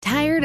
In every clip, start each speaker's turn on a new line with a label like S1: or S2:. S1: Tired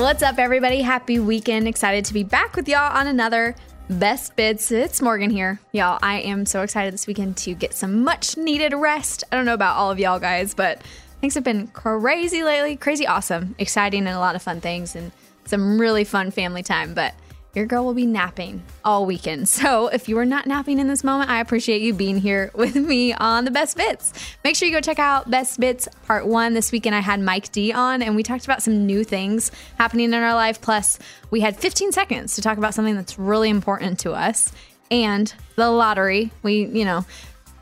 S2: What's up, everybody? Happy weekend. Excited to be back with y'all on another Best Bits. It's Morgan here. Y'all, I am so excited this weekend to get some much needed rest. I don't know about all of y'all guys, but things have been crazy lately. Crazy awesome, exciting, and a lot of fun things, and some really fun family time. But your girl will be napping all weekend. So if you are not napping in this moment, I appreciate you being here with me on the Best Bits. Make sure you go check out Best Bits Part 1. This weekend I had Mike D on and we talked about some new things happening in our life. Plus, we had 15 seconds to talk about something that's really important to us and the lottery. We, you know,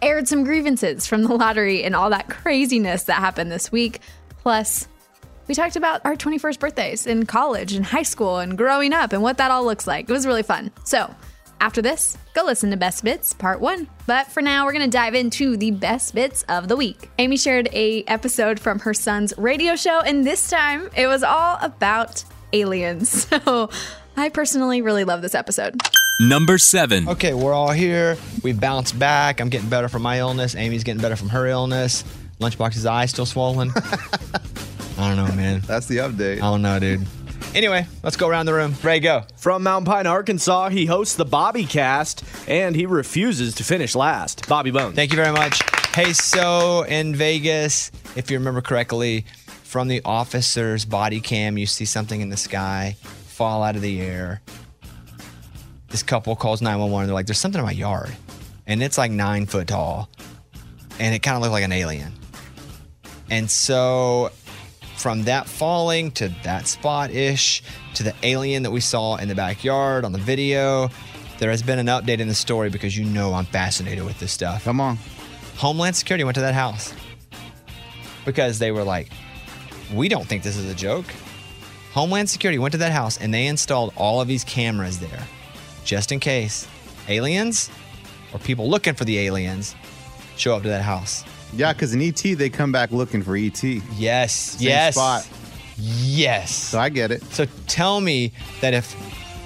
S2: aired some grievances from the lottery and all that craziness that happened this week. Plus, we talked about our 21st birthdays in college and high school and growing up and what that all looks like. It was really fun. So, after this, go listen to Best Bits Part 1. But for now, we're going to dive into the best bits of the week. Amy shared a episode from her son's radio show and this time it was all about aliens. So, I personally really love this episode.
S3: Number seven.
S4: Okay, we're all here. We bounced back. I'm getting better from my illness. Amy's getting better from her illness. Lunchbox's eye still swollen. I don't know, man.
S5: That's the update.
S4: I don't know, dude. Anyway, let's go around the room. Ray, go.
S6: From Mountain Pine, Arkansas, he hosts the Bobby Cast, and he refuses to finish last. Bobby Bone.
S4: Thank you very much. Hey, so in Vegas, if you remember correctly, from the officer's body cam, you see something in the sky fall out of the air. This couple calls 911. They're like, there's something in my yard. And it's like nine foot tall. And it kind of looked like an alien. And so from that falling to that spot ish to the alien that we saw in the backyard on the video. There has been an update in the story because you know I'm fascinated with this stuff.
S5: Come on.
S4: Homeland Security went to that house because they were like, we don't think this is a joke. Homeland Security went to that house and they installed all of these cameras there just in case aliens or people looking for the aliens show up to that house.
S5: Yeah, because in ET they come back looking for E ET.
S4: Yes.
S5: Same
S4: yes.
S5: spot.
S4: Yes.
S5: So I get it.
S4: So tell me that if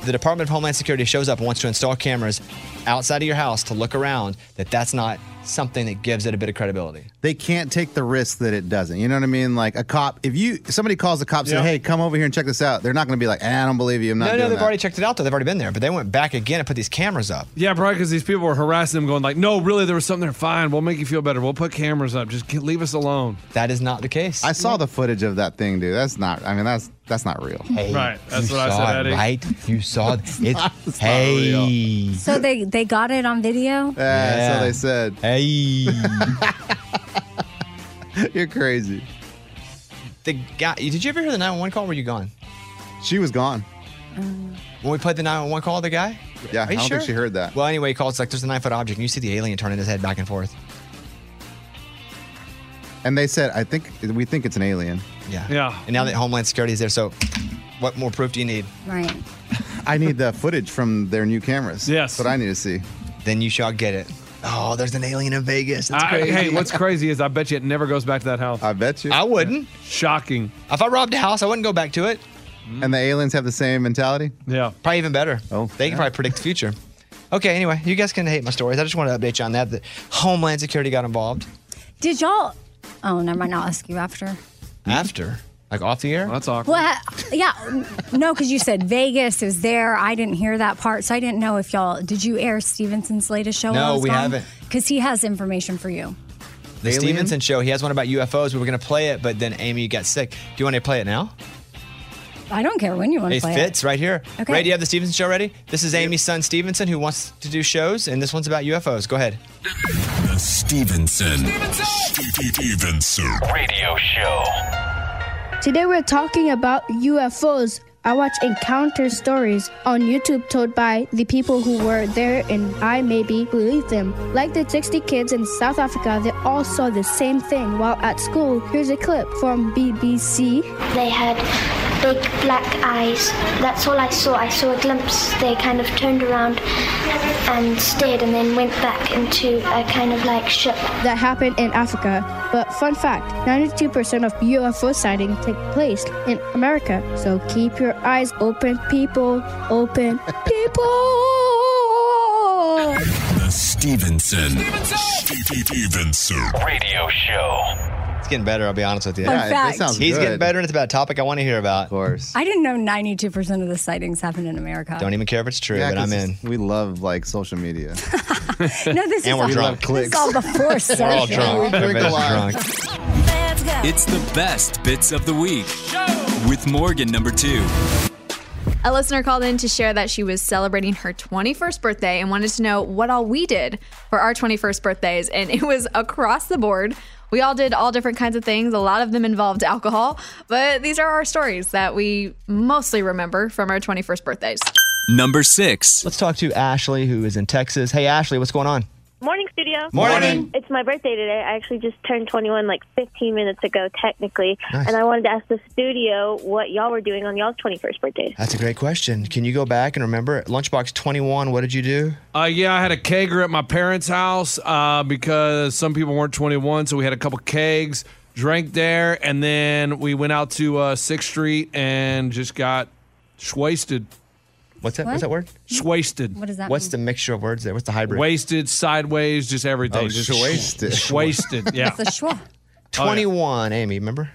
S4: the Department of Homeland Security shows up and wants to install cameras outside of your house to look around, that that's not something that gives it a bit of credibility.
S5: They can't take the risk that it doesn't. You know what I mean? Like a cop, if you somebody calls the cops and
S4: Yeah.
S5: say, "Hey, come over here and check this out," they're not going to be like, eh, "I don't believe you. I'm not."
S4: no, no,
S5: doing
S4: they've
S5: that.
S4: already checked it out though. They've already been there, but they went back again and put these cameras up.
S7: Yeah, probably because these people were harassing him, going like, "No, really, there was something there. Fine, we'll make you feel better. We'll put cameras up. Just get, leave us alone."
S4: That is not the case.
S5: I saw the footage of that thing, dude. That's not. I mean, that's that's not real.
S4: Hey,
S7: Right, that's
S4: you
S7: what I
S4: saw
S7: said,
S4: it,
S7: Eddie.
S4: Right? You saw it. It's,
S5: It's not real.
S4: hey.
S8: So they they got it on video.
S5: Yeah,
S4: Yeah.
S5: So they said.
S4: Hey.
S5: You're crazy.
S4: The guy, did you ever hear the 911 call? Were you gone?
S5: She was gone.
S4: When we played the 911 call, the guy?
S5: Yeah,
S4: Are
S5: I
S4: you
S5: don't
S4: sure?
S5: think she heard that.
S4: Well, anyway, he calls like there's a nine foot object, and you see the alien turning his head back and forth.
S5: And they said, I think we think it's an alien.
S4: Yeah.
S7: Yeah.
S4: And now that Homeland Security is there, so what more proof do you need?
S8: Right.
S5: I need the footage from their new cameras.
S7: Yes.
S5: That's what I need to see.
S4: Then you shall get it. Oh, there's an alien in Vegas. That's
S7: I-
S4: crazy.
S7: hey, what's crazy is I bet you it never goes back to that house.
S5: I bet you.
S4: I wouldn't.
S7: Shocking.
S4: If I robbed a house, I wouldn't go back to it.
S5: Mm-hmm. And the aliens have the same mentality?
S7: Yeah.
S4: Probably even better.
S5: Oh,
S4: they
S5: yeah.
S4: can probably predict the future. Okay, anyway, you guys can hate my stories. I just want to update you on that. That Homeland Security got involved
S8: Did y'all? Oh, never mind. I'll ask you after.
S5: Hmm?
S4: after, like off the air.
S7: That's awkward.
S8: Well, yeah, no, because you said Vegas is there. I didn't hear that part, so I didn't know if y'all did. You air Stevenson's latest show?
S4: No, we haven't.
S8: Because he has information for you.
S4: The
S5: Alien?
S4: Stevenson show. He has one about UFOs. We were gonna play it, but then Amy got sick. Do you want to play it now?
S8: I don't care when you want to
S4: It
S8: play
S4: fits right here.
S8: Okay.
S4: Ray, do you have the Stevenson show ready? This is Amy's son Stevenson who wants to do shows, and this one's about UFOs. Go ahead.
S3: The Stevenson. Stevenson. Radio show.
S9: Today we're talking about UFOs. I watch encounter stories on YouTube told by the people who were there, and I maybe believe them. Like the 60 kids in South Africa, they all saw the same thing while at school. Here's a clip from BBC.
S10: They had big black eyes. That's all I saw. I saw a glimpse. They kind of turned around and stared and then went back into a kind of like ship.
S9: That happened in Africa. But fun fact 92% of UFO sightings take place in America. So keep your eyes open, people. Open, people.
S3: The Stevenson. Stevenson. Radio show.
S4: It's getting better. I'll be honest with you.
S8: Fun
S5: Yeah, that
S8: fact.
S5: sounds
S4: He's
S5: good.
S4: getting better, and it's about a topic I want to hear about.
S5: Of course.
S8: I didn't know 92% of the sightings happen in America.
S4: Don't even care if it's true,
S5: Yeah,
S4: but I'm
S5: 'cause
S4: in.
S5: We love like social media.
S8: No, this
S4: And
S8: is
S4: we're
S8: all,
S4: drunk.
S8: This is all before
S4: We're all
S8: session.
S4: drunk.
S5: Drink a
S4: Everybody's
S5: lot.
S4: drunk.
S3: It's the best bits of the week with Morgan number two.
S2: A listener called in to share that she was celebrating her 21st birthday and wanted to know what all we did for our 21st birthdays. And it was across the board. We all did all different kinds of things. A lot of them involved alcohol, but these are our stories that we mostly remember from our 21st birthdays.
S3: Number six.
S4: Let's talk to Ashley, who is in Texas. Hey, Ashley, what's going on?
S11: Morning, studio.
S4: Morning.
S11: It's my birthday today. I actually just turned 21 like 15 minutes ago, technically.
S4: Nice.
S11: And I wanted to ask the studio what y'all were doing on y'all's 21st birthday.
S4: That's a great question. Can you go back and remember Lunchbox 21? What did you do?
S7: Uh, yeah, I had a kegger at my parents' house uh, because some people weren't 21, so we had a couple kegs, drank there, and then we went out to uh, 6th Street and just got swasted.
S4: What's that? What's
S8: What?
S4: that word?
S7: Swasted.
S8: What does that
S4: What's
S8: mean?
S4: the mixture of words there? What's the hybrid?
S7: Wasted, sideways, just everything.
S5: Oh,
S7: just
S5: shwasted.
S7: Swasted, yeah.
S8: The schwa.
S4: 21, Amy, remember?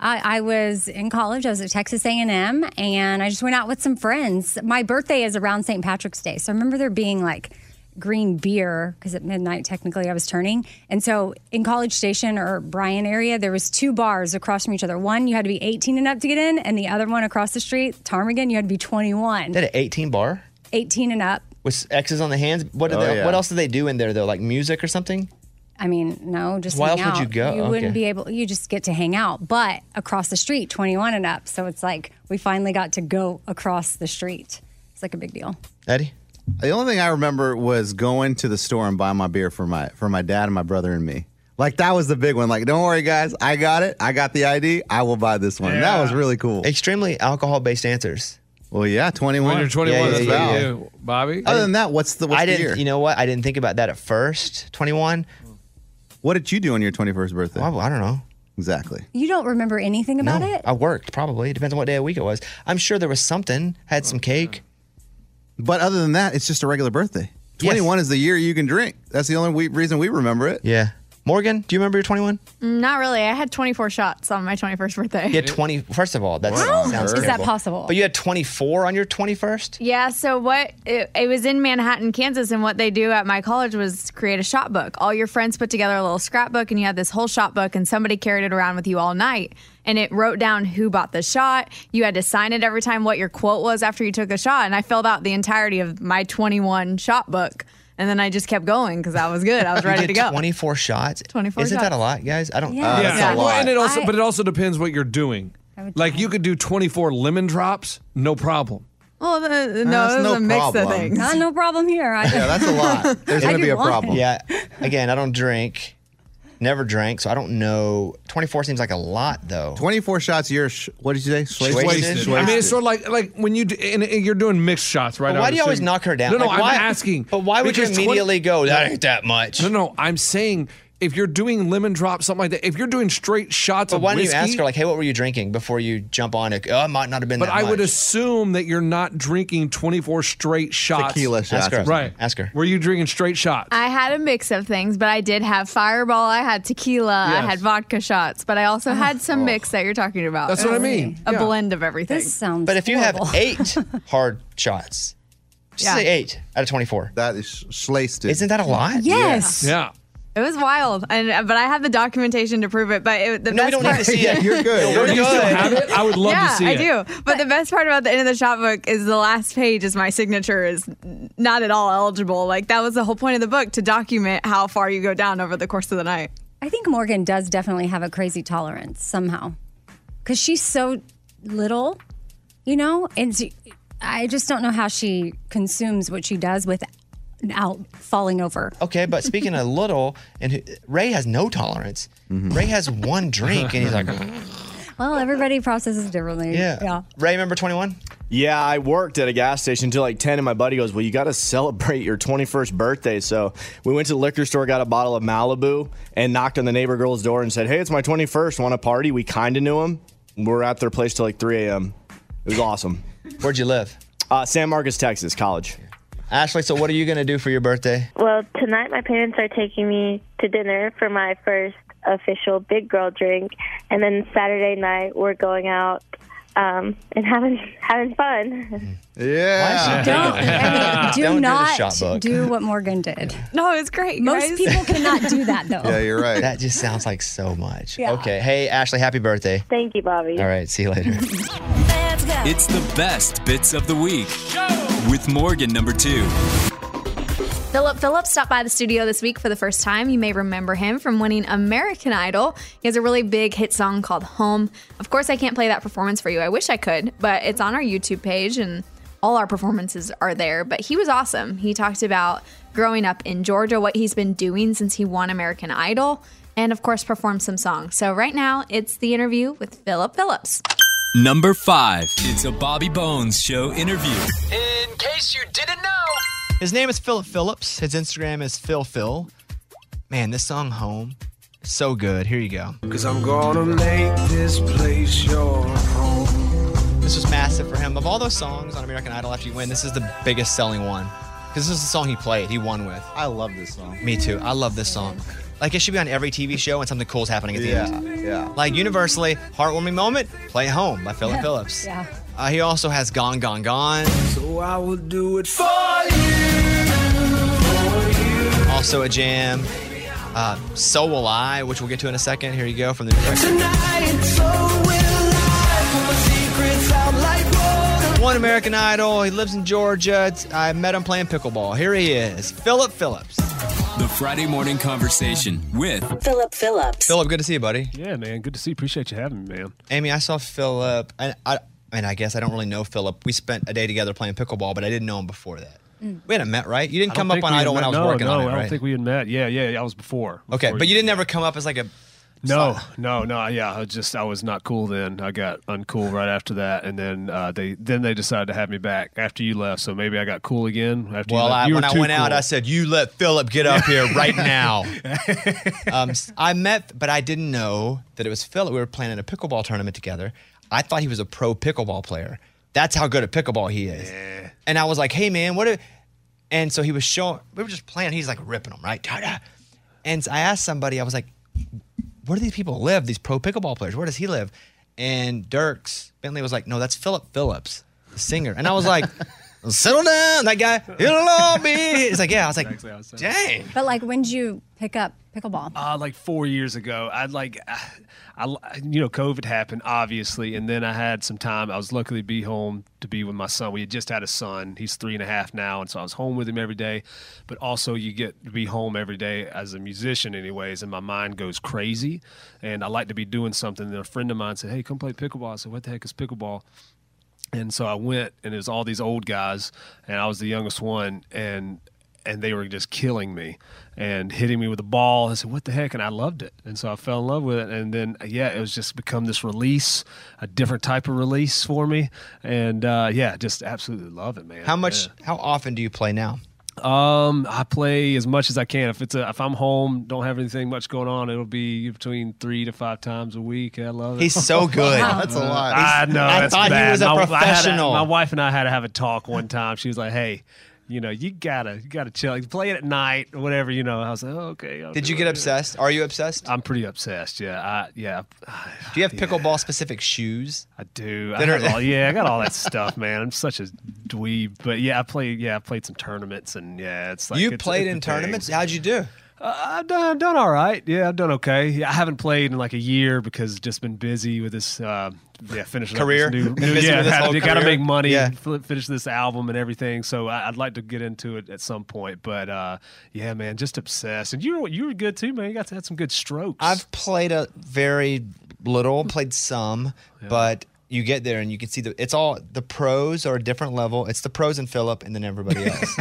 S8: I, I was in college. I was at Texas A&M, and I just went out with some friends. My birthday is around St. Patrick's Day, so I remember there being like green beer because at midnight technically I was turning. And so in College Station or Bryan area, there was two bars across from each other. One you had to be 18 and up to get in, and the other one across the street, Ptarmigan, you had to be 21,
S4: They had an 18 bar
S8: 18 and up.
S4: with X's on the hands. What, did
S5: Oh,
S4: they,
S5: yeah.
S4: what else did they do in there, though? Like music or something?
S8: I mean, no, just
S4: Why
S8: hang
S4: else would you
S8: out.
S4: go?
S8: You wouldn't
S4: Okay.
S8: be able. You just get to hang out, but across the street, twenty-one and up. So it's like we finally got to go across the street. It's like a big deal.
S4: Eddie?
S5: The only thing I remember was going to the store and buying my beer for my for my dad and my brother and me. Like that was the big one. Like, don't worry, guys, I got it. I got the ID. I will buy this one. That was really cool.
S4: Extremely alcohol based answers.
S5: Well, yeah, twenty one.
S7: When you're 21,
S4: Yeah, yeah,
S7: that's
S4: yeah,
S7: about
S4: yeah.
S7: you, Bobby.
S5: Other than that, what's the what's
S4: I
S5: the
S4: didn't,
S5: year?
S4: you know what? I didn't think about that at first. 21?
S5: what did you do on your twenty first birthday?
S4: Well, I don't know.
S5: Exactly.
S8: You don't remember anything about
S4: no,
S8: it?
S4: I worked probably. Depends on what day of week it was. I'm sure there was something. Had some cake.
S5: Oh, But other than that, it's just a regular birthday.
S4: Yes.
S5: Twenty one is the year you can drink. That's the only we, reason we remember it.
S4: Yeah. Morgan, do you remember your 21?
S2: Not really. I had 24 shots on my 21st birthday.
S4: You had 20. First of all, that sounds
S8: Is that
S4: terrible.
S8: possible?
S4: But you had 24 on your 21st?
S2: Yeah, so what it, it was in Manhattan, Kansas, and what they do at my college was create a shot book. All your friends put together a little scrapbook, and you had this whole shot book, and somebody carried it around with you all night. And it wrote down who bought the shot. You had to sign it every time what your quote was after you took a shot. And I filled out the entirety of my 21 shot book.
S12: And then I just kept going because I was good. I was
S4: You
S12: ready
S4: did
S12: to go.
S4: 24 shots.
S12: 24
S4: Isn't that
S12: shots.
S4: a lot, guys? I don't.
S12: Yeah. Uh, that's a
S7: Well,
S12: lot.
S7: and it also,
S12: I-
S7: but it also depends what you're doing. Like you could do 24 lemon drops, no problem.
S12: Well, the, no, it was a mix of things.
S8: Not no problem here. I,
S12: There's I gonna do be a one. problem.
S4: Yeah. Again, I don't drink. Never drank, so I don't know. 24 seems like a lot, though.
S5: 24 shots. You're sh- what did you say? Schwa-
S7: Wasted. I mean, it's sort of like like when you d- and, and you're doing mixed shots, right?
S4: But
S7: I
S4: why
S7: would
S4: do you always
S7: assume.
S4: knock her down?
S7: No, no,
S4: Like,
S7: I'm
S4: why-
S7: asking.
S4: but why would you
S7: Because 20
S4: immediately go, "That ain't that much"?
S7: No, no, I'm saying if you're doing lemon drop, something like that. If you're doing straight shots
S4: But
S7: of
S4: why don't you
S7: whiskey,
S4: ask her, like, hey, what were you drinking before you jump on it? Oh, it might not have been
S7: But
S4: that
S7: I
S4: much.
S7: would assume that you're not drinking 24 straight shots.
S4: Tequila Ask shots or her. something.
S7: right? Ask her. Were you drinking straight shots?
S12: I had a mix of things, but I did have Fireball, I had tequila, I
S7: Yes.
S12: had vodka shots, but I also
S4: Oh.
S12: had some mix that you're talking about.
S7: That's what I mean.
S12: A
S7: Yeah.
S12: blend of everything. This
S8: sounds
S4: But if you have eight hard shots, just
S12: Yeah.
S4: say eight out of 24.
S5: That is slasted.
S4: Isn't that a lot?
S12: Yes.
S7: Yeah.
S12: It was wild, and uh, but I have the documentation to prove it. But it, the
S4: No, we
S12: best
S4: don't need
S12: part,
S4: to see it. You're good. You're
S7: you still
S4: good.
S7: have it? I would love
S12: yeah,
S7: to see
S12: I
S7: it.
S12: do. But, the best part about the end of the shot book is the last page is my signature is not at all eligible. Like that was the whole point of the book to document how far you go down over the course of the night.
S8: I think Morgan does definitely have a crazy tolerance somehow, because she's so little, you know. And she, I just don't know how she consumes what she does without falling over.
S4: Okay, but speaking of little, and who- Ray has no tolerance.
S6: Mm-hmm.
S4: Ray has one drink, and he's like,
S8: Well, everybody processes differently.
S4: Yeah. Ray, remember 21?
S6: Yeah, I worked at a gas station till like 10, and my buddy goes, Well, you got to celebrate your 21st birthday. So we went to the liquor store, got a bottle of Malibu, and knocked on the neighbor girl's door and said, Hey, it's my 21st. Want a party? We kind of knew him. We were at their place till like 3 a.m. It was awesome.
S4: Where'd you live?
S6: Uh, San Marcos, Texas, college.
S4: Ashley, so what are you going to do for your birthday?
S11: Well, tonight my parents are taking me to dinner for my first official big girl drink, and then Saturday night we're going out um, and having having fun.
S5: Yeah.
S8: Don't, do
S5: Don't do the
S8: not
S5: shot book.
S8: do what Morgan did.
S12: No, it's great.
S8: Most people cannot do that though.
S4: Yeah, you're right. That just sounds like so much.
S8: Yeah.
S4: Okay. Hey, Ashley, happy birthday.
S11: Thank you, Bobby.
S4: All right, see you later.
S3: It's the best bits of the week with Morgan number two.
S2: Philip Phillips stopped by the studio this week for the first time. You may remember him from winning American Idol. He has a really big hit song called Home. Of course, I can't play that performance for you. I wish I could, but it's on our YouTube page and all our performances are there. But he was awesome. He talked about growing up in Georgia, what he's been doing since he won American Idol, and of course, performed some songs. So, right now, it's the interview with Philip Phillips.
S3: Number five. It's a Bobby Bones show interview.
S4: In case you didn't know, his name is Philip Phillips. His Instagram is Phil Phil. Man, this song "Home" is so good. Here you go. Cause I'm gonna make this place your home. This was massive for him. Of all those songs on American Idol after you win, this is the biggest selling one. Cause this is the song he played. He won with.
S5: I love this song.
S4: Me too. I love this song. Like it should be on every TV show and something cool's happening at the
S5: Yeah,
S4: end.
S5: yeah.
S4: Like universally, heartwarming moment, play home by Philip Phillips.
S8: Yeah.
S4: Uh, he also has Gone Gone Gone.
S13: So I will do it for you.
S4: Also a jam. Uh, so Will I, which we'll get to in a second. Here you go from the
S13: Tonight, so will I. Pull my secrets out like water.
S4: One American Idol. He lives in Georgia. It's- I met him playing pickleball. Here he is, Philip Phillips.
S3: The Friday morning conversation with
S4: Philip Phillips. Philip, good to see you, buddy.
S14: Yeah, man. Good to see. you. Appreciate you having me, man.
S4: Amy, I saw Philip, and I, I mean, I guess I don't really know Philip. We spent a day together playing pickleball, but I didn't know him before that. We hadn't met, right?
S14: I
S4: You didn't
S14: don't
S4: come up
S14: think
S4: on
S14: we had
S4: Idol when
S14: met-
S4: I was
S14: no,
S4: working
S14: no,
S4: on it,
S14: I
S4: right?
S14: don't think we had met. Yeah, yeah, yeah. I was before.
S4: okay,
S14: before
S4: but you didn't ever come up as like a
S14: No, no, no. Yeah, I was just I was not cool then. I got uncool right after that, and then uh, they then they decided to have me back after you left. So maybe I got cool again after
S4: Well,
S14: you left.
S4: I,
S14: You were
S4: when I
S14: too
S4: went out,
S14: cool.
S4: I said, "You let Philip get up here right now." um, s- I met, but I didn't know that it was Philip. We were playing in a pickleball tournament together. I thought he was a pro pickleball player. That's how good at pickleball he is. And I was like, "Hey, man, what?" Are, and so he was showing. We were just playing. He's like ripping them right. Da, da. And so I asked somebody. I was like, "Where do these people live? These pro pickleball players? Where does he live?" And Dirks Bentley was like, "No, that's Philip Phillips, the singer." And I was like. settle down. That guy, it'll all be. It's like, yeah. I was like, dang. Oh,
S8: But like, when did you pick up pickleball?
S14: Uh, like four years ago, I'd like, I, I- you know, COVID happened obviously, and then I had some time. I was luckily be home to be with my son. We had just had a son; he's three and a half now, and so I was home with him every day. But also, you get to be home every day as a musician, anyways, and my mind goes crazy. And I like to be doing something. And a friend of mine said, "Hey, come play pickleball." I said, "What the heck is pickleball?" and so I went, and it was all these old guys, and I was the youngest one, and and they were just killing me and hitting me with a ball. I said, "What the heck?" And I loved it, and so I fell in love with it. And then, yeah, it was just become this release, a different type of release for me, and uh, yeah, just absolutely love it, man.
S4: How much? How often do you play now?
S14: Um, I play as much as I can. If it's a, if I'm home, don't have anything much going on, it'll be between three to five times a week. I love it. Uh,
S4: He's so good. Wow, that's a lot.
S14: I know.
S4: I
S14: it's
S4: thought he
S14: bad.
S4: was a
S14: My- I had
S4: professional.
S14: my wife and I had to have a talk one time. She was like, "Hey." You know, you gotta, you gotta chill. Like, play it at night, or whatever. You know, I was like, oh, okay. I'll
S4: Did
S14: do
S4: you
S14: it.
S4: get obsessed? Are you obsessed?
S14: I'm pretty obsessed. Yeah, I, yeah.
S4: Do you have pickleball specific shoes?
S14: I do. I
S4: That are-
S14: have all, yeah, I got all that stuff, man. I'm such a dweeb, but yeah, I played. Yeah, I played some tournaments, and yeah, it's like
S4: you
S14: it's-
S4: played
S14: it's
S4: in
S14: a thing.
S4: tournaments. How'd you do?
S14: Uh, I've done, I've done all right. Yeah, I've done okay. Yeah, I haven't played in like a year because just been busy with this. Uh, yeah, finishing
S4: Career?
S14: Up this new,
S4: Been
S14: new-
S4: busy
S14: yeah,
S4: with this
S14: gotta-
S4: whole
S14: you got to
S4: career?
S14: make money.
S4: Yeah.
S14: and fl- finish this album and everything. So I, I'd like to get into it at some point. But uh, yeah, man, just obsessed. And you were you were good too, man. You got to had some good strokes.
S4: I've played a very little, played some, but you get there and you can see the it's all the pros are a different level. It's the pros and Philip and then everybody else.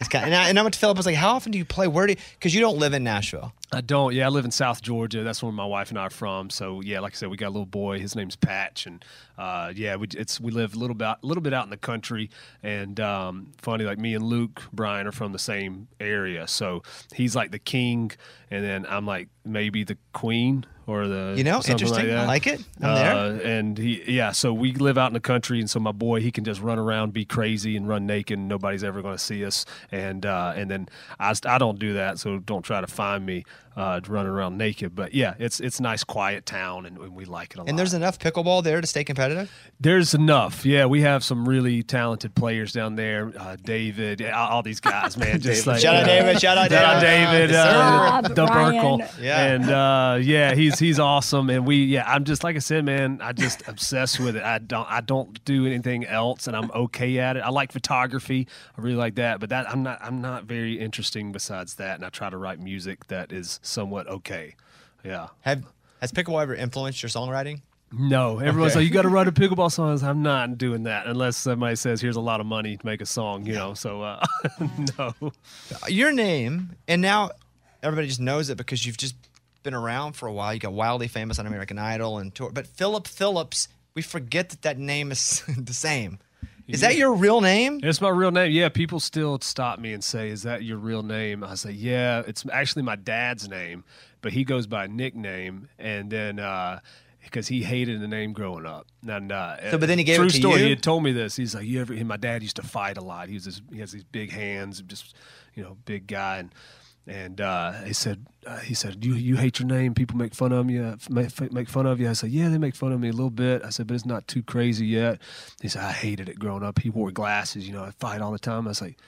S4: it's kind and I and I went to Philip I was like, how often do you play? Where do you because you don't live in Nashville.
S14: I don't. Yeah, I live in South Georgia. That's where my wife and I are from. So yeah, like I said, we got a little boy. His name's Patch, and uh, yeah, we it's we live a little bit little bit out in the country. And um, funny, like me and Luke Bryan are from the same area, so he's like the king, and then I'm like maybe the queen or the
S4: You know,
S14: something
S4: interesting.
S14: Like that.
S4: I like it. I'm there.
S14: Uh, and he yeah, so we live out in the country, and so my boy he can just run around, be crazy, and run naked. And nobody's ever going to see us. And uh, and then I, st- I don't do that, so don't try to find me uh, running around naked. But yeah, it's it's nice, quiet town, and, and we like it a lot.
S4: And there's enough pickleball there to stay competitive.
S14: There's enough. Yeah, we have some really talented players down there. Uh, David, yeah, all all these guys, man. Just
S4: David.
S14: like
S4: Shout out
S14: yeah.
S4: David, shout out David.
S14: David, uh,
S4: Rob,
S14: the
S4: Ryan.
S14: Burkle.
S4: Yeah.
S14: and uh, yeah, he's he's awesome. And we, yeah, I'm just like I said, man. I just obsessed with it. I don't I don't do anything else, and I'm okay at it. I like photography. I really like that, but that I'm not I'm not very interesting besides that. And I try to write music that is somewhat okay. Yeah.
S4: Have has pickleball ever influenced your songwriting?
S14: No, everyone's
S4: Okay.
S14: like, you got to write a pickleball song. I was like, I'm not doing that unless somebody says, here's a lot of money to make a song, you know. So, uh, no.
S4: Mm-hmm. Your name, and now everybody just knows it because you've just been around for a while. You got wildly famous on American Idol and tour, but Philip Phillips, we forget that that name is the same. Is that your real name?
S14: It's my real name. Yeah, people still stop me and say, "Is that your real name?" I say, "Yeah, it's actually my dad's name, but he goes by a nickname." And then because he hated the name growing up, and uh,
S4: So, but then he gave it
S14: true
S4: to
S14: story.
S4: you?
S14: He had told me this. He's like, "You ever?" My dad used to fight a lot. He was this, he has these big hands, just you know, big guy, and and uh, he said uh, he said you you hate your name. People make fun of you. uh, Make, make fun of you. I said, "Yeah, they make fun of me a little bit." I said, "But it's not too crazy yet." He said, "I hated it growing up. He wore glasses. You know, I fight all the time." I was like.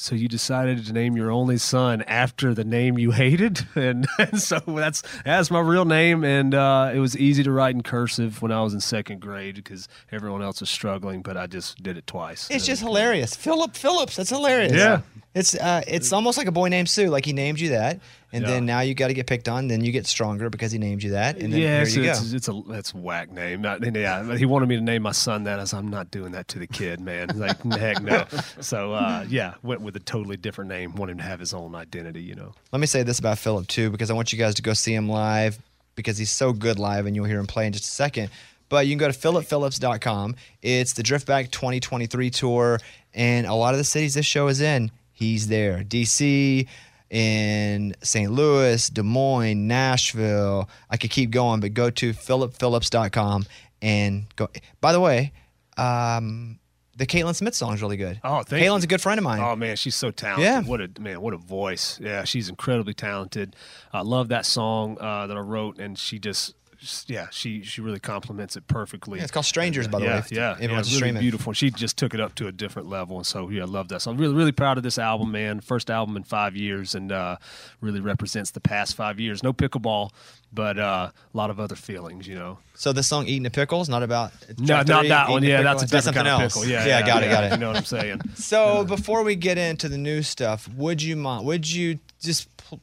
S14: So you decided to name your only son after the name you hated, and, and so that's that's my real name. And uh, it was easy to write in cursive when I was in second grade because everyone else was struggling, but I just did it twice.
S4: It's just hilarious. Philip Phillips, that's hilarious.
S14: Yeah.
S4: It's uh, it's almost like a boy named Sue, like he named you that, and
S14: Yeah.
S4: then now you got to get picked on, then you get stronger because he named you that, and then
S14: yeah,
S4: here
S14: it's,
S4: you
S14: it's,
S4: go.
S14: it's a that's a whack name. Not- yeah, but he wanted me to name my son that. I was I'm not doing that to the kid, man. Like heck no. So uh, yeah, went with a totally different name. Wanted him to have his own identity, you know.
S4: Let me say this about Philip too, because I want you guys to go see him live because he's so good live, and you'll hear him play in just a second. But you can go to philipphillips.com. It's the Driftback 2023 tour, and a lot of the cities this show is in, he's there. DC, in St. Louis, Des Moines, Nashville. I could keep going, but go to philipphillips.com and go. By the way, um, the Caitlin Smith song is really good.
S14: Oh, thank
S4: Caitlin's
S14: you.
S4: a good friend of mine.
S14: Oh man, she's so talented.
S4: Yeah.
S14: What a man, what a voice. Yeah, she's incredibly talented. I love that song uh, that I wrote, and she just s- yeah, she she really complements it perfectly.
S4: Yeah, it's called Strangers, by the
S14: yeah,
S4: way, if
S14: yeah,
S4: anyone
S14: yeah,
S4: wants to
S14: really
S4: stream it.
S14: beautiful. She just took it up to a different level, and so yeah, I love that. So I'm really really proud of this album, man. First album in five years, and uh, really represents the past five years. No pickleball, but uh, a lot of other feelings, you know.
S4: So the song "Eating a Pickle" is not about
S14: No,
S4: chapter
S14: not
S4: eight,
S14: that
S4: Eating
S14: one. Yeah,
S4: Pickle?
S14: that's a
S4: Is that
S14: different
S4: something
S14: kind of
S4: else.
S14: pickle. Yeah,
S4: yeah,
S14: yeah,
S4: got it,
S14: yeah.
S4: got it.
S14: You know what I'm saying?
S4: So before we get into the new stuff, would you mind? Would you just pl-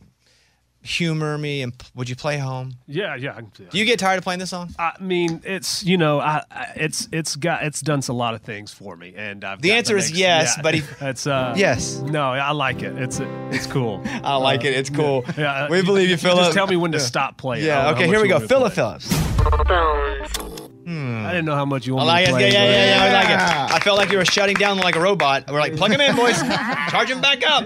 S4: humor me and p- would you play home?
S14: Yeah, yeah. I can
S4: Do you get tired of playing this song?
S14: I mean, it's you know, I, I it's it's got it's done a lot of things for me, and I've
S4: uh, The
S14: got
S4: answer is
S14: mix-
S4: yes,
S14: yeah.
S4: but he-
S14: it's uh,
S4: Yes.
S14: No, I like it. It's it's cool. Uh,
S4: I like it. It's cool.
S14: Yeah,
S4: We believe you, Philip.
S14: Just tell me when to
S4: Yeah.
S14: stop playing.
S4: Yeah,
S14: I don't know
S4: okay,
S14: how
S4: here
S14: much
S4: we
S14: you
S4: go.
S14: want me to
S4: Philip
S14: play.
S4: Phillips.
S14: I didn't know how much you
S4: I
S14: wanted
S4: like
S14: to
S4: it. Yeah,
S14: play.
S4: yeah,
S14: but-
S4: yeah, yeah. I like it. I felt like you were shutting down like a robot. We're like, plug him in, boys. Charge him back up.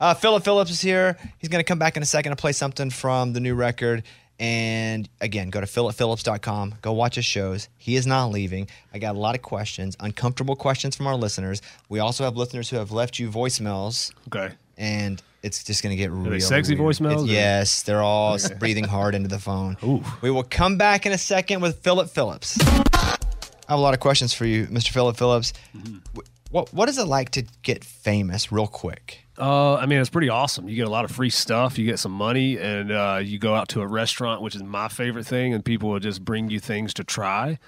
S4: Uh, Philip Phillips is here. He's going to come back in a second and play something from the new record. And again, go to philipphillips.com. Go watch his shows. He is not leaving. I got a lot of questions, uncomfortable questions from our listeners. We also have listeners who have left you voicemails.
S14: Okay.
S4: And it's just going to get
S14: they
S4: real.
S14: sexy
S4: weird.
S14: voicemails,
S4: It's-
S14: or-
S4: Yes, they're all s- breathing hard into the phone. We will come back in a second with Philip Phillips. I have a lot of questions for you, Mr. Philip Phillips.
S14: Mm-hmm.
S4: Wh- What what is it like to get famous real quick?
S14: Uh, I mean, it's pretty awesome. You get a lot of free stuff. You get some money, and uh, you go out to a restaurant, which is my favorite thing, and people will just bring you things to try.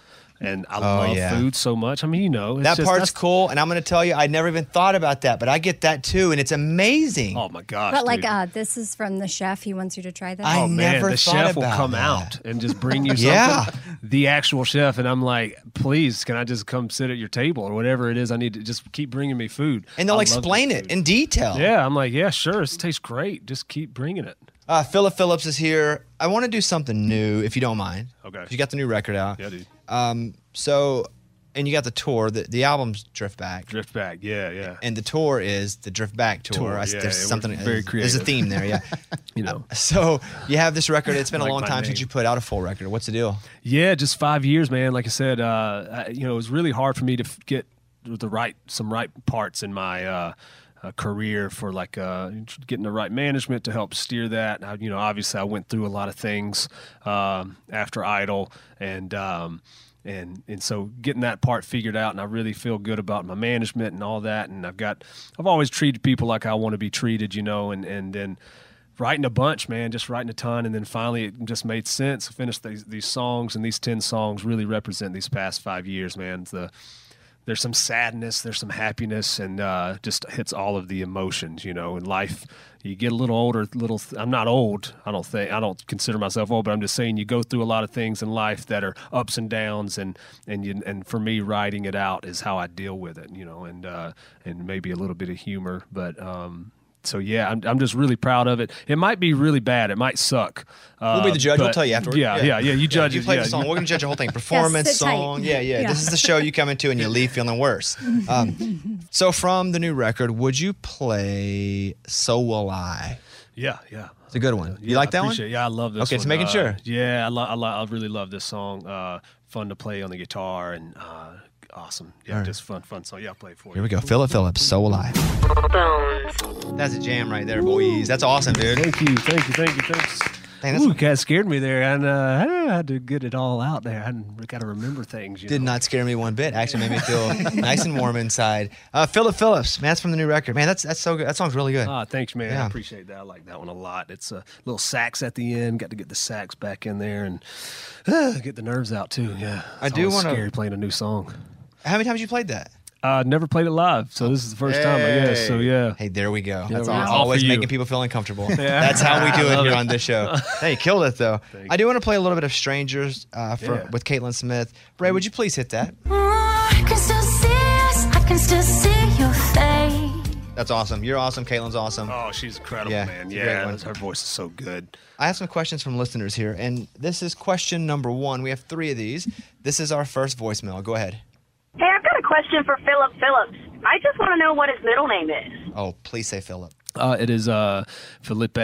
S14: And I love
S4: Oh, yeah.
S14: food so much. I mean, you know, it's
S4: that
S14: just-
S4: part's
S14: that's-
S4: cool, and I'm going to tell you, I never even thought about that, but I get that too, and it's amazing.
S14: Oh my gosh!
S8: But like,
S14: dude.
S8: uh, this is from the chef. He wants you to try this.
S4: I
S14: oh man,
S4: never
S14: the
S4: thought
S14: chef will
S4: about
S14: come
S4: that.
S14: out and just bring you something.
S4: Yeah.
S14: The actual chef, and I'm like, please, can I just come sit at your table or whatever it is? I need to just keep bringing me food.
S4: And they'll
S14: I love this
S4: explain it in detail.
S14: Yeah, I'm like, yeah, sure, this tastes great. Just keep bringing it.
S4: Uh, Philip Phillips is here. I want to do something new, if you don't mind.
S14: Okay.
S4: You got the new record out.
S14: Yeah, dude.
S4: Um, so, and you got the tour. The, the album's Drift Back.
S14: Drift Back. Yeah, yeah.
S4: And the tour is the Drift Back tour.
S14: Tour,
S4: I-
S14: yeah, yeah,
S4: there's
S14: we're
S4: something
S14: very
S4: There's a
S14: creative.
S4: theme there. Yeah.
S14: you know.
S4: so you have this record. It's been
S14: Like
S4: a long
S14: my
S4: time since
S14: name.
S4: you put out a full record. What's the deal?
S14: Yeah, just five years, man. Like I said, uh, I, you know, it was really hard for me to f- get the right some right parts in my uh, uh, career for like uh, getting the right management to help steer that. I, you know, obviously, I went through a lot of things um, after Idol, and um, and and so getting that part figured out, and I really feel good about my management and all that. And I've got I've always treated people like I want to be treated, you know, and and then writing a bunch, man, just writing a ton, and then finally it just made sense. Finished these these songs, and these ten songs really represent these past five years, man. It's The there's some sadness, there's some happiness, and uh, just hits all of the emotions, you know. In life, you get a little older. Little, I'm not old. I don't think I don't consider myself old, but I'm just saying you go through a lot of things in life that are ups and downs, and and you, and for me, writing it out is how I deal with it, you know, and uh, and maybe a little bit of humor, but. Um, so yeah, I'm, I'm just really proud of it. It might be really bad. It might suck.
S4: we'll be
S14: Uh,
S4: the judge. We'll
S14: but-
S4: tell you afterwards.
S14: Yeah, yeah, yeah. You judge
S4: You
S14: it,
S4: play
S14: yeah.
S4: the song. We're going to judge the whole thing. Performance,
S14: sit tight.
S4: song. Yeah, yeah,
S14: Yeah.
S4: This is the show you come into and you leave feeling worse. Um, so from the new record, would you play So Will I?
S14: Yeah, yeah.
S4: It's a good one. You
S14: Yeah,
S4: like
S14: I
S4: that one?
S14: appreciate it. Yeah, I love this.
S4: Okay, just
S14: one.
S4: making
S14: Uh,
S4: sure.
S14: Yeah, I, lo- I, lo- I really love this song. Uh, fun to play on the guitar and uh, awesome. Yeah,
S4: All right.
S14: just fun, fun song. Yeah, I'll play it for you.
S4: Here we go. Philip Phillips, So Will I. That's a jam right there, boys. That's awesome, dude.
S14: Thank you, thank you, thank you, thanks. Ooh, guys scared me there, and uh, I don't know how to get it all out there. I got to remember things. You
S4: Did not scare me one bit. Actually, made me feel nice and warm inside. Uh, Philip Phillips, man, that's from the new record. Man, that's that's so good. That song's really good.
S14: Ah, thanks, man.
S4: Yeah.
S14: I appreciate that. I like that one a lot. It's a little sax at the end. Got to get the sax back in there and uh, get the nerves out too. Yeah,
S4: I
S14: It's
S4: do
S14: always
S4: wanna-
S14: scary playing a new song.
S4: How many times you played that?
S14: Uh, never played it live, so this is the first time, I guess. So
S4: Hey.
S14: yeah.
S4: Hey, there we go.
S14: Yeah,
S4: That's
S14: we're
S4: all-
S14: all for
S4: always
S14: you.
S4: making people feel uncomfortable.
S14: Yeah.
S4: That's how we do
S14: I
S4: it
S14: love
S4: here
S14: it.
S4: on this show. Hey, you killed it though. I do want to play a little bit of "Strangers" uh, for,
S14: Yeah.
S4: with Caitlin Smith. Ray, would you please hit that?
S13: I can still see us. I can still see your face.
S4: That's awesome. You're awesome. Caitlin's awesome.
S14: Oh, she's incredible,
S4: Yeah,
S14: man.
S4: it's a great
S14: Yeah,
S4: one.
S14: her voice is so good.
S4: I have some questions from listeners here, and this is question number one. We have three of these. This is our first voicemail. Go ahead.
S15: Hey, I've got a question for Philip Phillips. I just want to know what his middle name is.
S4: Oh, please say Philip.
S14: Uh, it is uh, Felipe.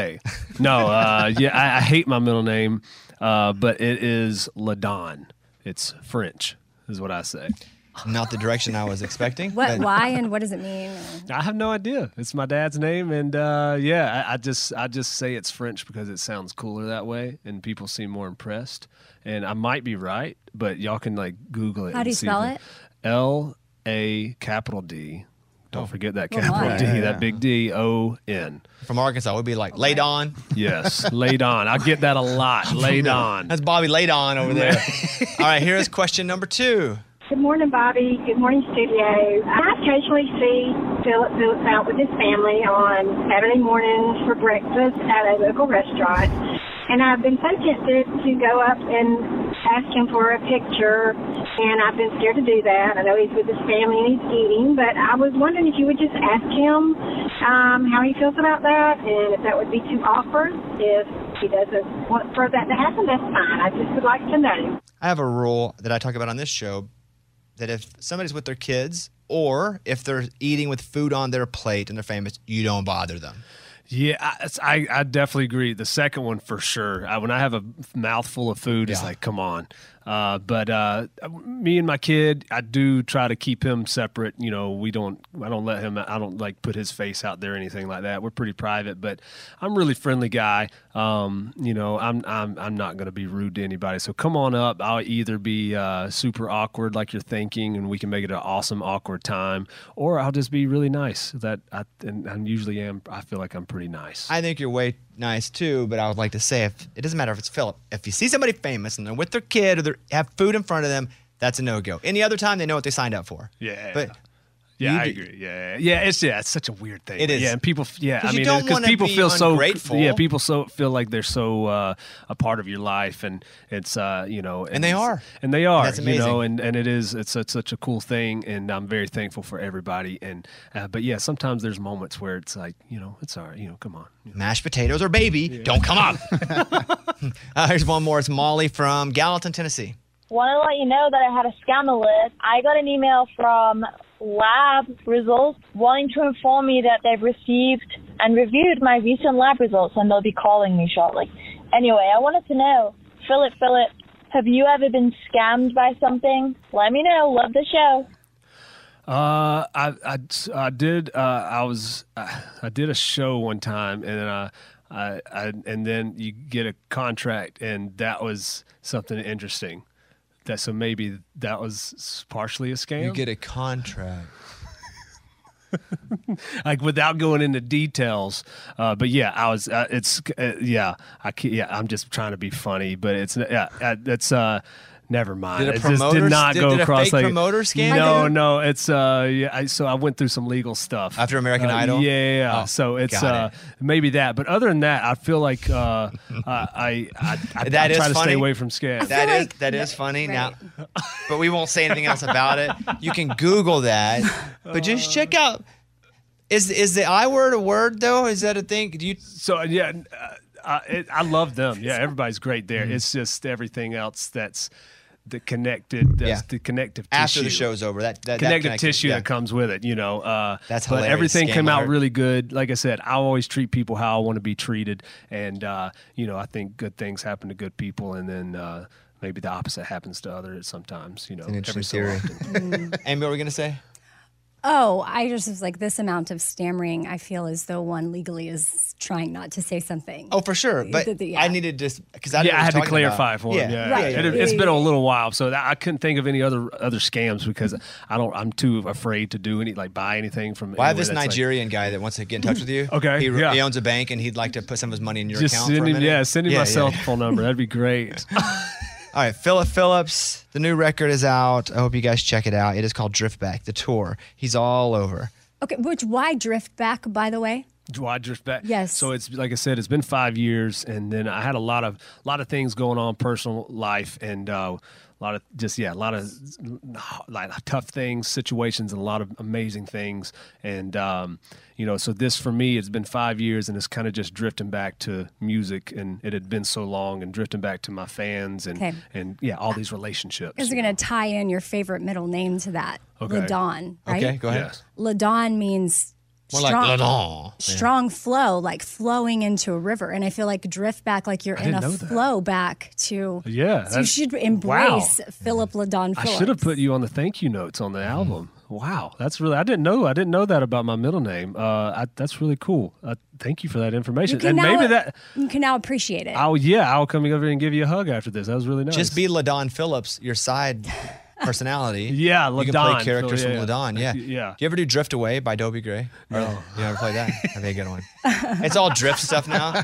S14: No, uh, yeah, I, I hate my middle name, uh, but it is Ladon. It's French, is what I say.
S4: Not the direction I was expecting.
S8: What?
S4: but-
S8: Why? And what does it mean?
S14: I have no idea. It's my dad's name, and uh, yeah, I, I just I just say it's French because it sounds cooler that way, and people seem more impressed. And I might be right, but y'all can like Google it.
S8: How do
S14: and
S8: you
S14: see
S8: spell
S14: if
S8: it?
S14: L A capital D. Don't forget that
S8: Well,
S14: capital
S8: why?
S14: D,
S8: Yeah, yeah, yeah.
S14: that big D O N.
S4: From Arkansas, we'd be like laid on.
S14: Yes, laid on. I get that a lot. Laid on.
S4: That's Bobby laid on over there. All right, here's question number two.
S16: Good morning, Bobby. Good morning, studio. I occasionally see Philip Phillips out with his family on Saturday mornings for breakfast at a local restaurant. And I've been so tempted to go up and ask him for a picture, and I've been scared to do that. I know he's with his family and he's eating, but I was wondering if you would just ask him um, how he feels about that and if that would be too awkward. If he doesn't want for that to happen, that's fine. I just would like to know.
S4: I have a rule that I talk about on this show that if somebody's with their kids or if they're eating with food on their plate and they're famous, you don't bother them.
S14: Yeah, I, it's- I, I definitely agree. The second one for sure. I, when I have a mouthful of food, it's
S4: Yeah.
S14: like, come on. Uh, but uh, me and my kid, I do try to keep him separate. You know, we don't. I don't let him. I don't like put his face out there or anything like that. We're pretty private. But I'm a really friendly guy. Um, you know, I'm I'm I'm not gonna be rude to anybody. So come on up. I'll either be uh, super awkward like you're thinking, and we can make it an awesome awkward time, or I'll just be really nice. That I and I usually am. I feel like I'm pretty nice.
S4: I think you're way nice too, but I would like to say if it doesn't matter if it's Philip, if you see somebody famous and they're with their kid or they have food in front of them, that's a no go. Any other time, they know what they signed up for.
S14: Yeah.
S4: But
S14: yeah,
S4: you
S14: I
S4: do-
S14: agree. Yeah, yeah, it's yeah, it's such a weird thing.
S4: It is.
S14: Yeah, and people. f- Yeah,
S4: 'Cause
S14: I
S4: you
S14: mean,
S4: don't
S14: because
S4: wanna
S14: people
S4: be
S14: feel so
S4: ungrateful.
S14: Yeah, people so feel like they're so uh, a part of your life, and it's uh, you know, and,
S4: they
S14: it's-
S4: are.
S14: and they are.
S4: That's
S14: You know,
S4: amazing.
S14: and and it is. It's such such a cool thing, and I'm very thankful for everybody. And uh, but yeah, sometimes there's moments where it's like you know, it's all right. You know, come on.
S4: mashed potatoes or baby don't come up. uh, here's one more. It's Molly from Gallatin, Tennessee.
S17: Want to let you know that I had a scam alert. I got an email from lab results wanting to inform me that they've received and reviewed my recent lab results and they'll be calling me shortly. Anyway, I wanted to know, Philip, Philip, have you ever been scammed by something? Let me know. Love the show.
S14: Uh, I, I, I did. Uh, I was, I, I did a show one time, and then I, I, I, and then you get a contract, and that was something interesting. That so maybe that was s- partially a scam.
S4: You get a contract.
S14: like without going into details. Uh, but yeah, I was. Uh, it's uh, yeah. I ca- yeah. I'm just trying to be funny, but it's n- yeah. uh, That's uh. Never mind.
S4: Did a
S14: it just did
S4: promoter
S14: not
S4: st-
S14: go
S4: did a
S14: across
S4: fake
S14: like
S4: promoter scam
S14: No,
S4: you?
S14: no. It's uh. Yeah. I, so I went through some legal stuff
S4: After American
S14: Uh,
S4: Idol? Oh,
S14: Yeah. yeah, yeah. so it's
S4: got
S14: uh maybe that. But other than that, I feel like uh I I I, I, I
S4: That is
S14: try to
S4: funny.
S14: stay away from scams.
S4: That is that is funny now, but we won't say anything else about it. You can Google that, but just check out. Is is the I word a word though? Is that a thing? Do you?
S14: So yeah, uh, I, it, I love them. Yeah, everybody's great there. It's just everything else that's the connected, that's
S4: Yeah.
S14: the connective tissue.
S4: After the show's over, that, that that
S14: connective
S4: connection,
S14: tissue
S4: yeah.
S14: that comes with it, you know. Uh,
S4: That's
S14: but
S4: hilarious,
S14: everything
S4: scam
S14: came out
S4: alert.
S14: really good. Like I said, I always treat people how I want to be treated, and uh, you know, I think good things happen to good people, and then uh, maybe the opposite happens to others sometimes. You know,
S4: an
S14: every so
S4: interesting theory.
S14: often.
S4: Amy, what were we gonna say?
S8: Oh, I just was like, this amount of stammering, I feel as though one legally is trying not to say something.
S4: Oh, for sure. But
S8: The- the- yeah.
S4: I needed to because I
S14: yeah,
S4: didn't
S14: I
S4: know
S14: had
S4: what
S14: to
S4: was talking
S14: clarify
S4: about.
S14: for him. Yeah,
S4: Right.
S14: It, has been a little while, so that, I couldn't think of any other other scams because I don't. I'm too afraid to do any like buy anything from.
S4: Well, I have
S14: anywhere
S4: this
S14: that's, like-
S4: Nigerian guy that wants to get in touch with you.
S14: Okay,
S4: He,
S14: yeah.
S4: he owns a bank and he'd like to put some of his money in your
S14: just
S4: account.
S14: send
S4: for a
S14: him,
S4: minute.
S14: yeah, send him my
S4: yeah, yeah.
S14: cell phone number. That'd be great.
S4: All right, Philip Phillips, the new record is out. I hope you guys check it out. It is called Drift Back, the tour. He's all over.
S8: Okay, which why drift back, by the way?
S14: Do I drift back?
S8: Yes.
S14: So it's like I said, it's been five years, and then I had a lot of lot of things going on personal life, and uh, a lot of just yeah, a lot of like tough things, situations, and a lot of amazing things, and um, you know, so this for me, it's been five years, and it's kind of just drifting back to music, and it had been so long, and drifting back to my fans, and
S8: Okay.
S14: and yeah, all these relationships.
S8: Because we're going to tie in your favorite middle name to that.
S14: Okay.
S8: LaDon, right?
S14: Okay, go ahead. Yes.
S8: LaDon means
S4: More like Ladon. Yeah.
S8: strong flow, like flowing into a river. And I feel like drift back, like you're
S14: I
S8: in
S14: didn't
S8: a
S14: know that.
S8: flow back to.
S14: Yeah,
S8: So you
S14: that's-
S8: should
S14: wow.
S8: embrace Philip Ladon
S14: I
S8: Phillips.
S14: should have put you on the thank you notes on the album. Wow, that's really I didn't know I didn't know that about my middle name. Uh, I, that's really cool. Uh, thank you for that information. And maybe that
S8: you can now appreciate it.
S14: I'll yeah I'll come over and give you a hug after this. That was really nice.
S4: Just be Ladon Phillips, your side personality.
S14: yeah,
S4: You can
S14: LaDon,
S4: play characters
S14: so, yeah.
S4: from Ladon. Yeah.
S14: Yeah.
S4: Do you ever do Drift Away by Dobie Gray? No. You ever play that? That'd be a good one. It's all drift stuff now.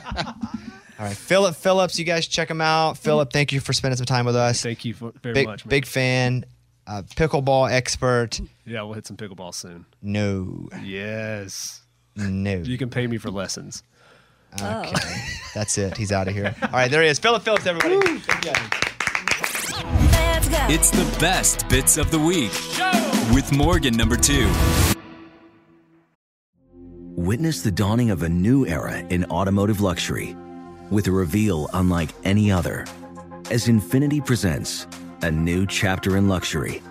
S4: All right, Philip Phillips, you guys check him out. Philip, thank you for spending some time with us.
S14: Thank you for, very
S4: big,
S14: much, man.
S4: Big fan, uh, pickleball expert.
S14: yeah, we'll hit some pickleball soon.
S4: No,
S14: Yes,
S4: no. You
S14: can pay me for lessons.
S4: Okay, that's it. He's out of here. All right, there he is, Philip Phillips, everybody.
S3: It's the best bits of the week with Morgan number two.
S18: Witness the dawning of a new era in automotive luxury with a reveal unlike any other as Infinity presents a new chapter in luxury,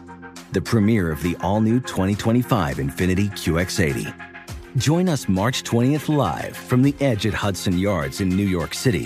S18: the premiere of the all new 2025 Infinity QX80. Join us March 20th live from the edge at Hudson Yards in New York City,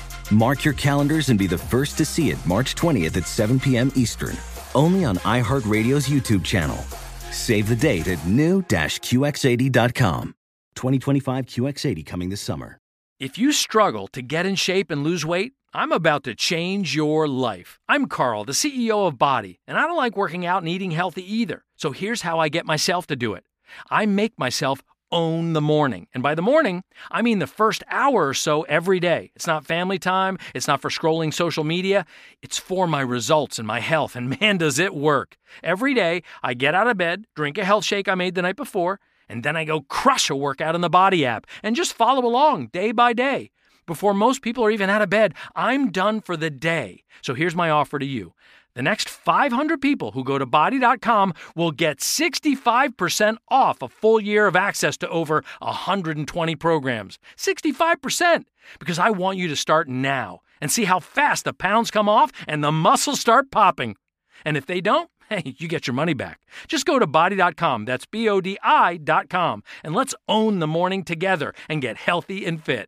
S18: Mark your calendars and be the first to see it March 20th at 7 p.m. Eastern, only on iHeartRadio's YouTube channel. Save the date at new-QX80.com. 2025 QX80 coming this summer.
S19: If you struggle to get in shape and lose weight, I'm about to change your life. I'm Carl, the CEO of Body, and I don't like working out and eating healthy either. So here's how I get myself to do it I make myself own the morning. And by the morning, I mean the first hour or so every day. It's not family time, it's not for scrolling social media, it's for my results and my health. And man, does it work. Every day, I get out of bed, drink a health shake I made the night before. And then I go crush a workout in the Body app and just follow along day by day. Before most people are even out of bed, I'm done for the day. So here's my offer to you. The next 500 people who go to body.com will get 65% off a full year of access to over 120 programs. 65%! Because I want you to start now and see how fast the pounds come off and the muscles start popping. And if they don't, hey, you get your money back. Just go to body.com, that's B O D I.com, and let's own the morning together and get healthy and fit.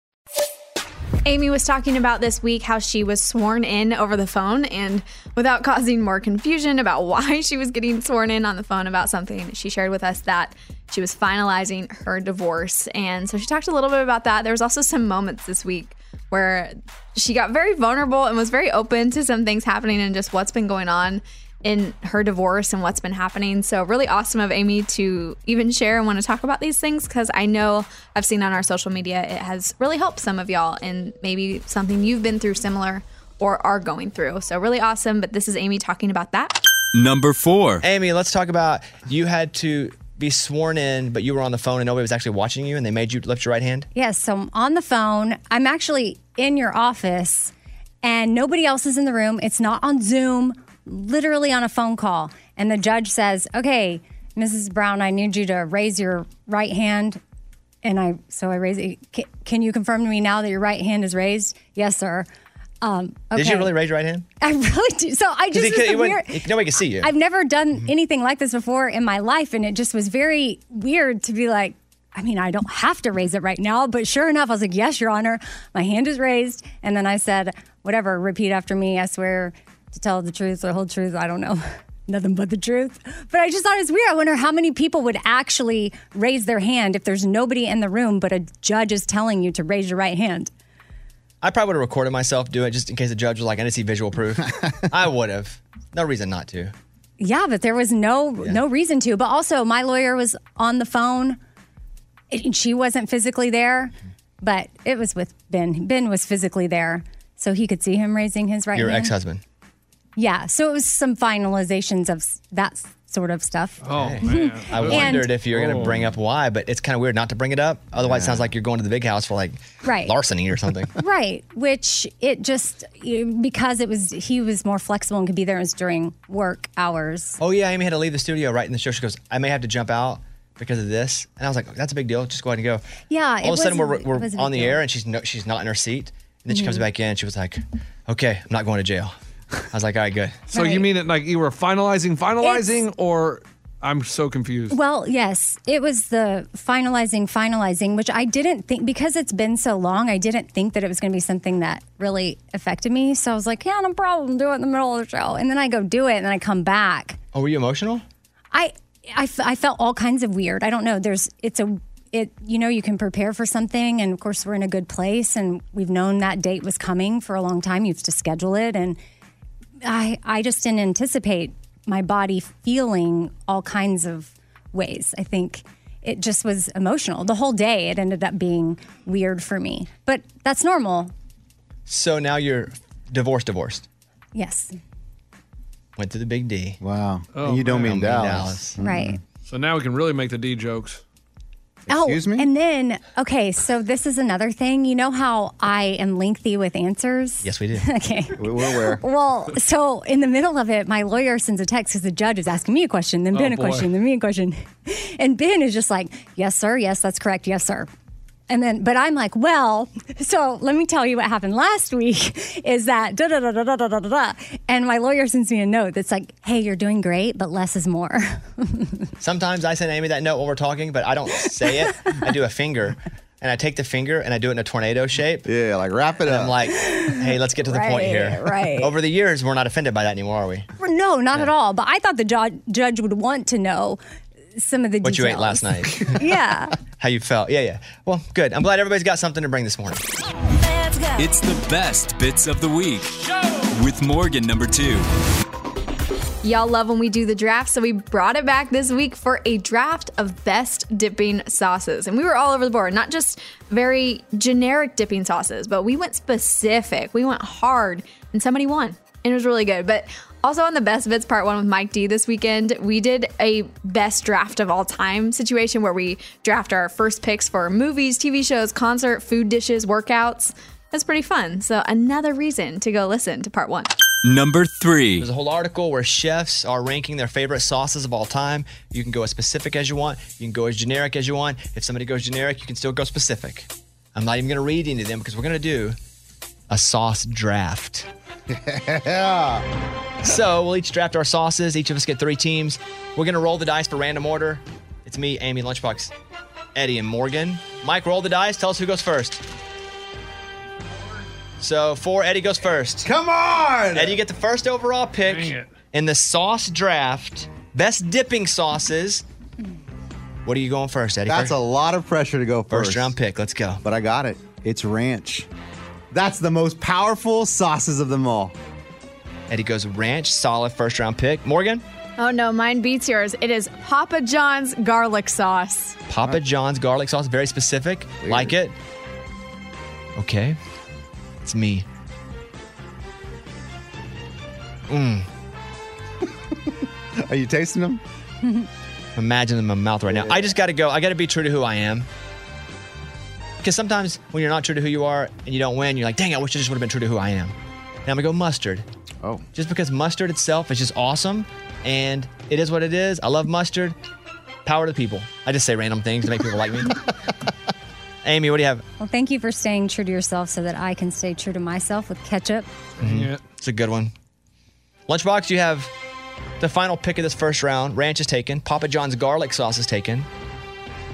S2: Amy was talking about this week how she was sworn in over the phone and without causing more confusion about why she was getting sworn in on the phone about something, she shared with us that she was finalizing her divorce. And so she talked a little bit about that. There was also some moments this week where she got very vulnerable and was very open to some things happening and just what's been going on in her divorce and what's been happening. So, really awesome of Amy to even share and want to talk about these things because I know I've seen on our social media it has really helped some of y'all and maybe something you've been through similar or are going through. So, really awesome. But this is Amy talking about that.
S3: Number four.
S4: Amy, let's talk about you had to be sworn in, but you were on the phone and nobody was actually watching you, and they made you lift your right hand.
S8: Yes, so I'm on the phone. I'm actually in your office and nobody else is in the room. It's not on Zoom, literally on a phone call. And the judge says, Okay, Mrs. Brown, I need you to raise your right hand. And I, so I raise it. "Ca- Can you confirm to me now that your right hand is raised? Yes, sir. Um, okay.
S4: Did you really raise your right hand?
S8: I really do. So I
S4: 'Cause
S8: just,
S4: it
S8: it's
S4: could-
S8: a
S4: it wouldn't-
S8: weird,
S4: it- nobody could see you.
S8: I've never done anything like this before in my life, and it just was very weird to be like, I mean, I don't have to raise it right now, but sure enough, I was like, Yes, Your Honor, my hand is raised. And then I said, Whatever, repeat after me. I swear to tell the truth, the whole truth. I don't know. nothing but the truth. But I just thought it was weird. I wonder how many people would actually raise their hand if there's nobody in the room, but a judge is telling you to raise your right hand.
S4: I probably would have recorded myself do it just in case the judge was like, I need to see visual proof. I would have. No reason not to.
S8: Yeah, but there was no no reason to. But also, my lawyer was on the phone, and she wasn't physically there, but it was with Ben. Ben was physically there, so he could see him raising his right
S4: Your
S8: hand.
S4: ex husband.
S8: Yeah, so it was some finalizations of s- that s- sort of stuff.
S4: Oh. I
S8: And-
S4: wondered if you were going to bring up why, but it's kind of weird not to bring it up. Otherwise, it sounds like you're going to the big house for like
S8: Right.
S4: larceny or something.
S8: right which it just because it was he was more flexible and could be there it was during work hours
S4: oh, yeah, Amy had to leave the studio right in the show. She goes, I may have to jump out because of this. And I was like, that's a big deal. Just go ahead and go.
S8: yeah
S4: All of a sudden, we're,
S8: it
S4: we're
S8: was a big
S4: on the
S8: deal.
S4: air and she's, no, she's not in her seat. And then she comes
S8: Mhm.
S4: back in. She was like, okay, I'm not going to jail. I was like, all right, good.
S7: So you mean it like you were finalizing, finalizing, or I'm so confused.
S8: well yes it was the finalizing finalizing which i didn't think because it's been so long i didn't think that it was going to be something that really affected me so i was like yeah no problem do it in the middle of the show and then i go do it and then i come back
S4: Oh, were you emotional?
S8: I, I, f- I felt all kinds of weird. I don't know. There's, it's a, it, you know, you can prepare for something. And of course, we're in a good place. And we've known that date was coming for a long time. You have to schedule it. And I, I just didn't anticipate my body feeling all kinds of ways. I think it just was emotional. The whole day, it ended up being weird for me. But that's normal.
S4: So now you're divorced, divorced.
S8: Yes.
S4: Went to the big D.
S5: Wow. And you don't mean Dallas.
S8: Right.
S7: Oh, So now we can really make the D jokes.
S8: Excuse oh, me? And then, okay, so this is another thing. You know how I am lengthy with answers?
S4: Yes, we do.
S8: Okay.
S5: We're aware.
S8: Well, so in the middle of it, my lawyer sends a text because the judge is asking me a question, then
S5: Oh,
S8: Ben a
S5: boy.
S8: question, then me a question. And Ben is just like, yes, sir. Yes, that's correct. Yes, sir. And then, but I'm like, well, so let me tell you what happened last week is that da da da da da da da da. da. And my lawyer sends me a note that's like, hey, you're doing great, but less is more.
S4: Sometimes I send Amy that note while we're talking, but I don't say it. I do a finger. And I take the finger and I do it in a tornado shape.
S5: Yeah, like wrap it
S4: and up. I'm like, hey, let's get to the point here.
S8: Right, right.
S4: Over the years, we're not offended by that anymore, are we?
S8: No, not at all. But I thought the judge, judge would want to know some of the
S4: What
S8: details.
S4: you ate last night,
S8: yeah.
S4: how you felt. Yeah, yeah. Well, good. I'm glad everybody's got something to bring this morning.
S3: It's the best bits of the week with Morgan number two.
S2: Y'all love when we do the draft, so we brought it back this week for a draft of best dipping sauces. And we were all over the board, not just very generic dipping sauces, but we went specific. We went hard, and somebody won. And it was really good. But also on the Best Bits Part 1 with Mike D this weekend, we did a best draft of all time situation where we draft our first picks for movies, TV shows, concert, food dishes, workouts. That's pretty fun. So another reason to go listen to Part 1.
S3: Number three.
S4: There's a whole article where chefs are ranking their favorite sauces of all time. You can go as specific as you want. You can go as generic as you want. If somebody goes generic, you can still go specific. I'm not even going to read any of them because we're going to do a sauce draft. yeah. So we'll each draft our sauces. Each of us get three teams. We're going to roll the dice for random order. It's me, Amy, Lunchbox, Eddie, and Morgan. Mike, roll the dice. Tell us who goes first. So four, Eddie goes first. Come on! Eddie, you get the first overall pick in the sauce draft. Best dipping sauces. What are you going first, Eddie?
S5: That's a lot of pressure to go first.
S4: First round pick. Let's go.
S5: But I got it. It's ranch. That's the most powerful sauces of them all.
S4: Eddie goes ranch, solid first round pick. Morgan?
S2: Oh no, mine beats yours. It is Papa John's garlic sauce.
S4: Papa John's garlic sauce, very specific. Like it. Okay. It's me. Mm.
S5: Are you tasting them?
S4: Imagine them in my mouth right now. I just got to go. I got to be true to who I am. Because sometimes when you're not true to who you are and you don't win, you're like, dang, I wish I just would have been true to who I am. And I'm going to go mustard.
S5: Oh.
S4: Just because mustard itself is just awesome and it is what it is. I love mustard. Power to the people. I just say random things to make people like me. Amy, what do you have?
S8: Well, thank you for staying true to yourself so that I can stay true to myself with ketchup.
S4: Yeah. Mm-hmm. It's a good one. Lunchbox, you have the final pick of this first round. Ranch is taken. Papa John's garlic sauce is taken.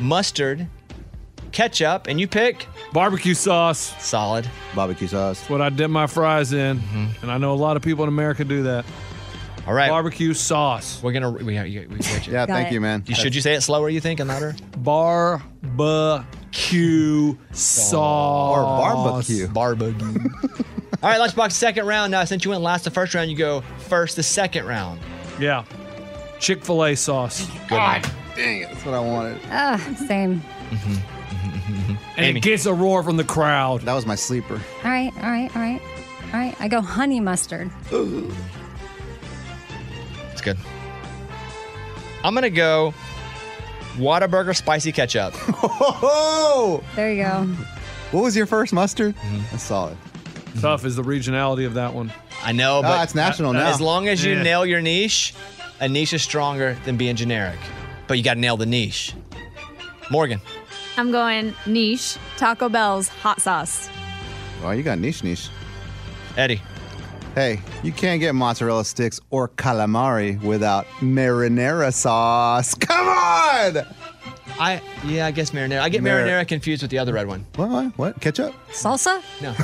S4: Mustard, ketchup, and you pick
S7: barbecue sauce.
S4: Solid. Mm-hmm.
S5: Barbecue sauce.
S7: What I dip my fries in, and I know a lot of people in America do that.
S4: All right.
S7: Barbecue sauce.
S4: We're gonna. We, we, we get you.
S7: Yeah, Got thank it. you, man.
S4: You, should you say it slower? You think and louder?
S7: Barbecue sauce.
S4: Or barbecue. Barbecue. All right, Lunchbox, second round. Now, since you went last the first round, you go first the second round.
S7: Yeah. Chick fil A sauce.
S4: God
S5: dang it. That's what I wanted.
S8: Ah, same.
S7: And it gets a roar from the crowd.
S5: That was my sleeper.
S8: All right, all right, all right, all right. I go honey mustard.
S4: It's good. I'm gonna go Whataburger spicy ketchup.
S5: Oh!
S8: There you go.
S5: What was your first mustard?
S4: Mm-hmm.
S5: That's solid.
S7: Tough is the regionality of that one.
S4: I know, but
S5: Ah, it's national now.
S4: As long as you
S5: Yeah.
S4: nail your niche, a niche is stronger than being generic. But you gotta nail the niche. Morgan.
S12: I'm going niche Taco Bell's hot sauce.
S5: Oh, you got niche niche.
S4: Eddie.
S5: Hey, you can't get mozzarella sticks or calamari without marinara sauce. Come on!
S4: I yeah, I guess marinara. I get
S5: Mar-
S4: marinara confused with the other red one.
S5: What? What? what? Ketchup?
S8: Salsa?
S4: No.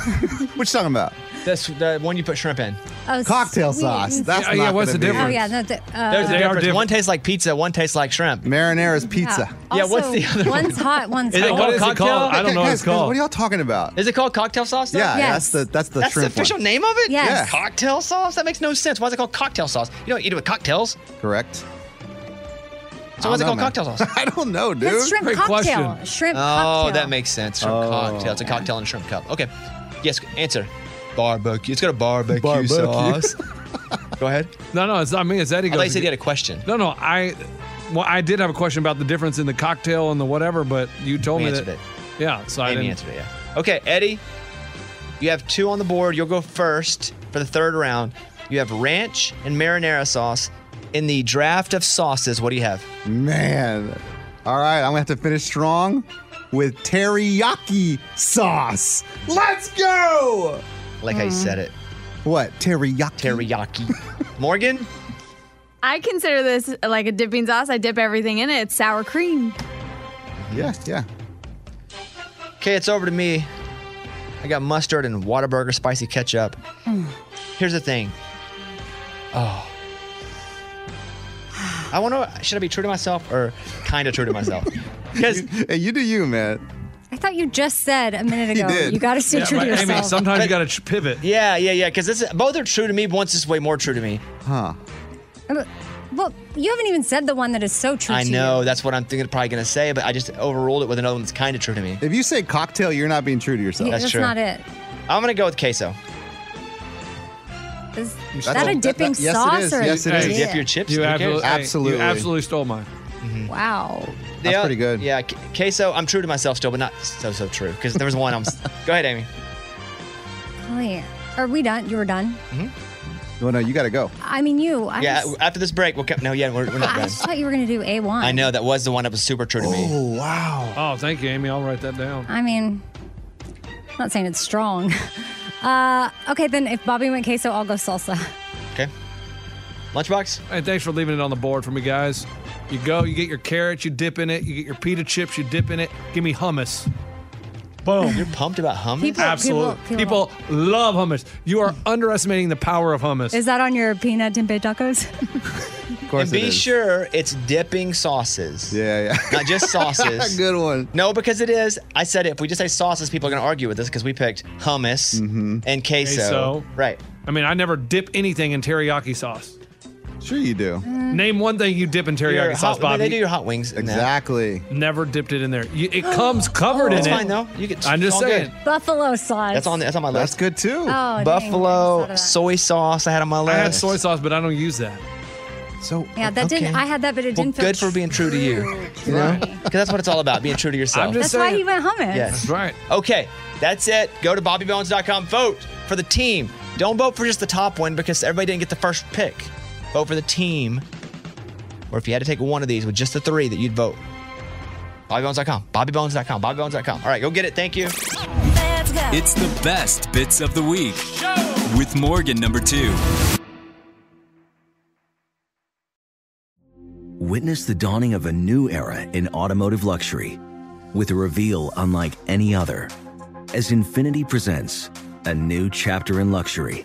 S5: what you talking about?
S4: That's the one you put shrimp in.
S8: Oh,
S5: Cocktail
S8: sweet. Mm-hmm.
S5: sauce. That's not gonna be-
S8: Oh yeah, no, the, uh,
S4: There's a difference. One tastes like pizza. One tastes like shrimp.
S5: Marinara's
S4: Yeah. what's the other one?
S8: One's hot, one's
S4: Is it
S8: cold.
S4: called cocktail?
S5: Guys, guys, What are y'all talking about?
S4: Is it called cocktail sauce? though?
S5: Yeah, that's the that's the
S4: that's
S5: shrimp
S4: the official
S5: one.
S4: name of it.
S5: Yes. Yeah.
S4: Cocktail sauce. That makes no sense. Why is it called cocktail sauce? You don't eat it with cocktails.
S5: Correct.
S4: So why is it called cocktail sauce?
S5: I don't know, dude.
S8: That's shrimp cocktail. Shrimp
S4: oh,
S8: cocktail.
S4: that makes sense. Shrimp
S5: Oh.
S4: cocktail. It's a cocktail and a shrimp cup. Okay. Yes. Answer. Barbecue. It's got a barbecue,
S7: Barbecue.
S4: sauce. Go ahead.
S7: No, no, it's not me. It's Eddie.
S4: I thought you
S7: goes
S4: said you
S7: again.
S4: had a question.
S7: No, no, I. Well, I did have a question about the difference in the cocktail and the whatever, but you told
S4: We
S7: me
S4: answered
S7: that.
S4: it.
S7: Yeah, so I
S4: Amy
S7: didn't.
S4: answered it. Yeah. Okay, Eddie. You have two on the board. You'll go first for the third round. You have ranch and marinara sauce in the draft of sauces. What do you have?
S5: Man. All right, I'm gonna have to finish strong with teriyaki sauce. Let's go.
S4: Like I said it.
S5: What? Teriyaki.
S4: Teriyaki. Morgan?
S12: I consider this like a dipping sauce. I dip everything in it. It's sour cream.
S5: Yeah, yeah.
S4: Okay, it's over to me. I got mustard and Whataburger spicy ketchup. Here's the thing. Oh. I want to. Should I be true to myself or kind of true to myself? Because
S5: hey, you do you, man.
S8: I thought you just said a minute ago. You got to stay true to yourself.
S7: you got to pivot.
S4: Yeah, yeah, yeah. Because this both are true to me. but One's just way more true to me.
S5: Huh.
S8: Well, you haven't even said the one that is so true.
S4: I
S8: to you.
S4: know that's what I'm thinking. Probably gonna say, but I just overruled it with another one that's kind of true to me.
S5: If you say cocktail, you're not being true to yourself.
S8: Yeah, that's not it.
S4: I'm gonna go with queso.
S8: Is that a dipping sauce or a dip?
S4: Dip your chips.
S7: You
S4: who cares?
S7: absolutely, hey, You absolutely stole mine.
S8: Wow.
S4: That's pretty good. Yeah, c- queso. I'm true to myself still, but not so so true. Because there was one. I'm. s- go ahead, Amy.
S8: Oh, yeah. Are we done? You were done.
S5: No, no, you gotta go.
S8: I mean, you. I
S4: yeah.
S8: Just,
S4: After this break, we'll come. No, yeah, we're, we're not
S8: I
S4: done.
S8: just thought you were gonna do a one.
S4: I know that was the one that was super true to me.
S5: Oh wow.
S7: Oh, thank you, Amy. I'll write that down.
S8: I mean, I'm not saying it's strong. Uh, okay, then if Bobby went queso, I'll go salsa.
S4: Okay. Lunchbox.
S7: Hey, thanks for leaving it on the board for me, guys. You go, you get your carrots, you dip in it. You get your pita chips, you dip in it. Give me hummus. Boom.
S4: You're pumped about hummus?
S8: People-
S7: Absolutely.
S8: people-
S7: People love hummus. You are underestimating the power of hummus.
S8: Is that on your peanut tempeh tacos?
S4: Of
S7: course
S4: and
S7: it
S4: be
S7: is.
S4: sure it's dipping sauces.
S5: Yeah, yeah.
S4: Not just sauces.
S5: Good one.
S4: No, because it is. I said it. If we just say sauces, people are going to argue with us because we picked hummus
S5: Mm-hmm.
S4: and queso.
S7: Queso.
S4: Right.
S7: I mean, I never dip anything in teriyaki sauce.
S5: Sure, you do.
S7: Name one thing you dip in teriyaki
S4: Your
S7: sauce,
S4: hot- I mean,
S7: Bobby.
S4: they do your hot wings. in that.
S5: Exactly.
S7: Never dipped it in there. You, it comes covered in
S4: It's
S7: it.
S4: fine, though. You can-
S7: I'm just
S4: it's all
S7: saying.
S8: Buffalo sauce.
S4: That's on. That's on my list.
S5: That's good too.
S8: Oh, dang,
S4: Buffalo soy sauce. I had on my list.
S7: I had soy sauce, but I don't use that.
S5: So
S8: Yeah, that didn't. I had that, but it
S4: well,
S8: didn't. feel
S4: good for being true to you. You know, because that's what it's all about. Being true to yourself.
S8: That's why you went hummus.
S4: Yes. That's
S7: right.
S4: Okay, that's it. Go to bobbybones.com. Vote for the team. Don't vote for just the top one because everybody didn't get the first pick. Vote for the team. Or if you had to take one of these with just the three that you'd vote. Bobbybones.com. Bobbybones.com. Bobbybones.com. All right, go get it. Thank you.
S3: It's the best bits of the week with Morgan number two.
S18: Witness the dawning of a new era in automotive luxury with a reveal unlike any other as Infinity presents a new chapter in luxury,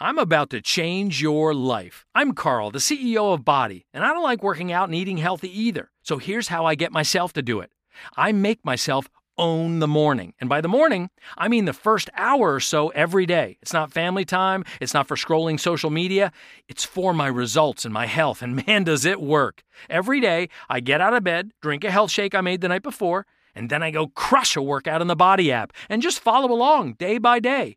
S19: I'm about to change your life. I'm Carl, the CEO of Body, and I don't like working out and eating healthy either. So here's how I get myself to do it I make myself own the morning. And by the morning, I mean the first hour or so every day. It's not family time, it's not for scrolling social media, it's for my results and my health. And man, does it work. Every day, I get out of bed, drink a health shake I made the night before, and then I go crush a workout in the Body app and just follow along day by day.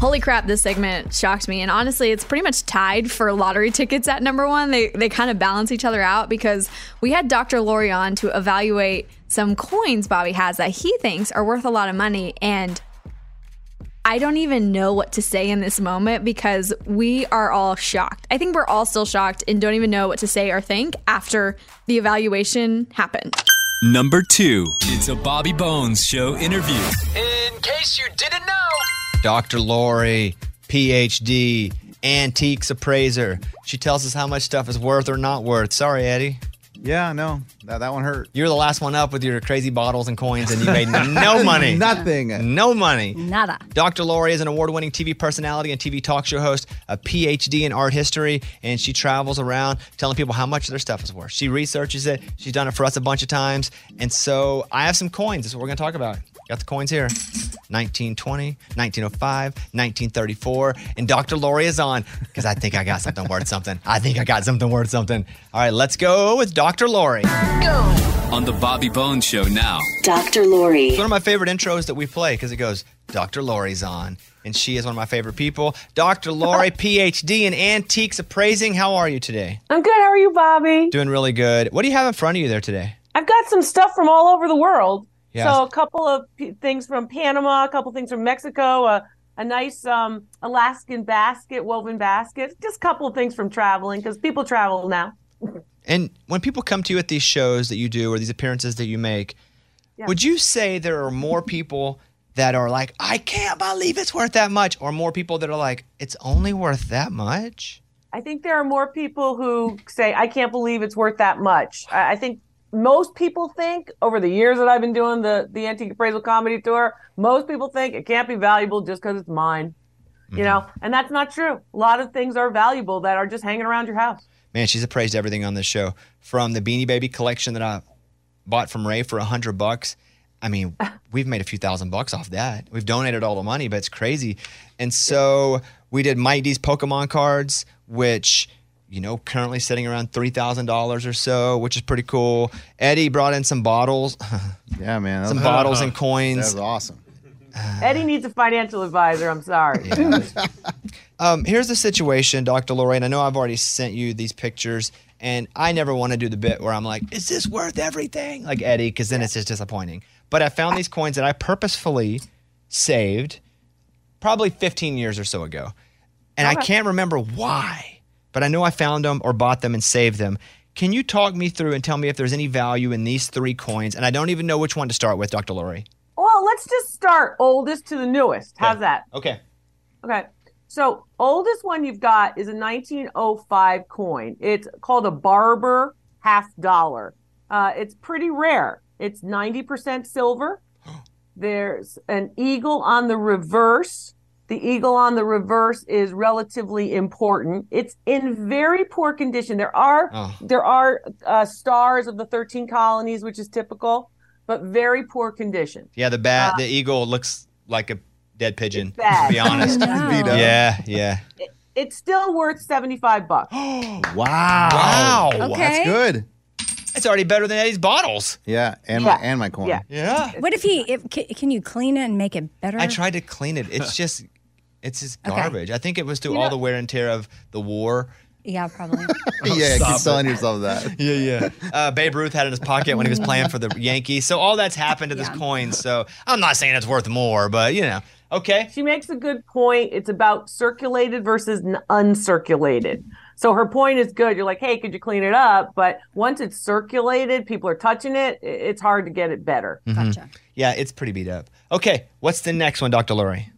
S2: Holy crap, this segment shocked me. And honestly, it's pretty much tied for lottery tickets at number one. They, they kind of balance each other out because we had Dr. Lori on to evaluate some coins Bobby has that he thinks are worth a lot of money. And I don't even know what to say in this moment because we are all shocked. I think we're all still shocked and don't even know what to say or think after the evaluation happened.
S3: Number two. It's a Bobby Bones Show interview.
S13: In case you didn't know.
S4: Dr. Lori, PhD, antiques appraiser. She tells us how much stuff is worth or not worth. Sorry, Eddie.
S5: Yeah, no, that, that one hurt.
S4: You're the last one up with your crazy bottles and coins, and you made no money.
S5: Nothing.
S4: No money.
S8: Nada.
S4: Dr. Lori is an award winning TV personality and TV talk show host, a PhD in art history, and she travels around telling people how much their stuff is worth. She researches it, she's done it for us a bunch of times. And so I have some coins. This is what we're going to talk about. Got the coins here 1920, 1905, 1934. And Dr. Lori is on because I think I got something worth something. I think I got something worth something. All right, let's go with Dr. Lori.
S3: On the Bobby Bones Show now.
S4: Dr. Lori. It's one of my favorite intros that we play because it goes, Dr. Lori's on. And she is one of my favorite people. Dr. Lori, PhD in antiques appraising. How are you today?
S20: I'm good. How are you, Bobby?
S4: Doing really good. What do you have in front of you there today?
S20: I've got some stuff from all over the world.
S4: Yes.
S20: So a couple of p- things from Panama, a couple things from Mexico, a, a nice um, Alaskan basket, woven basket, just a couple of things from traveling because people travel now.
S4: And when people come to you at these shows that you do or these appearances that you make,
S20: Yeah.
S4: would you say there are more people that are like, I can't believe it's worth that much, or more people that are like, it's only worth that much?
S20: I think there are more people who say, I can't believe it's worth that much. I, I think most people think over the years that I've been doing the, the antique appraisal comedy tour, most people think it can't be valuable just because it's mine. You know, and that's not true. A lot of things are valuable that are just hanging around your house.
S4: Man, she's appraised everything on this show from the Beanie Baby collection that I bought from Ray for a hundred bucks. I mean, we've made a few thousand bucks off that. We've donated all the money, but it's crazy. And so we did Mike D's Pokemon cards, which you know currently sitting around three thousand dollars or so, which is pretty cool. Eddie brought in some bottles.
S5: yeah, man.
S4: Some
S5: was-
S4: bottles and
S5: That
S4: coins.
S5: was awesome.
S20: Eddie needs a financial advisor. I'm sorry.
S4: Um, here's the situation, Dr. Lorraine. I know I've already sent you these pictures, and I never want to do the bit where I'm like, is this worth everything? Like Eddie, because then it's just disappointing. But I found these coins that I purposefully saved probably 15 years or so ago. And I
S1: Okay.
S4: can't remember why, but I know I found them or bought them and saved them. Can you talk me through and tell me if there's any value in these three coins? And I don't even know which one to start with, Dr. Lori.
S20: Well, let's just start oldest to the newest. How's that?
S4: Okay.
S20: Okay. So, oldest one you've got is a 1905 coin. It's called a barber half dollar. Uh, it's pretty rare. It's 90% silver. There's an eagle on the reverse. The eagle on the reverse is relatively important. It's in very poor condition. There are
S13: Oh.
S20: there are uh, stars of the 13 colonies, which is typical, but very poor condition.
S4: Yeah, the bat,
S20: Uh,
S4: the eagle looks like a dead pigeon.
S20: bad.
S4: To be honest.
S20: It's beat up.
S4: Yeah, yeah.
S20: It's still worth 75 bucks.
S4: Ah. Wow.
S20: Wow. Okay. That's
S5: good.
S4: It's already better than Eddie's bottles.
S5: Yeah, and
S4: Yeah.
S5: my and my coin.
S4: Yeah. Yeah.
S8: What if he? If, ca- can you clean it and make it better?
S4: I tried to clean it. It's just, it's just
S8: Okay.
S4: garbage. I think it was through
S8: You
S4: all
S8: know-
S4: the wear and tear of the war.
S8: Yeah, probably.
S4: yeah,
S5: Stop
S4: keep
S5: it.
S4: telling yourself that. yeah, yeah. Uh, Babe Ruth had it in his pocket when he was playing for the Yankees. So all that's happened to this coin. So I'm not saying it's worth more, but you know. Okay.
S20: She makes a good point. It's about circulated versus n- uncirculated. So her point is good. You're like, hey, could you clean it up? But once it's circulated, people are touching it. i- It's hard to get it better.
S4: Gotcha. Mm-hmm. Yeah, it's pretty beat up. Okay, what's the next one, Dr. Lori?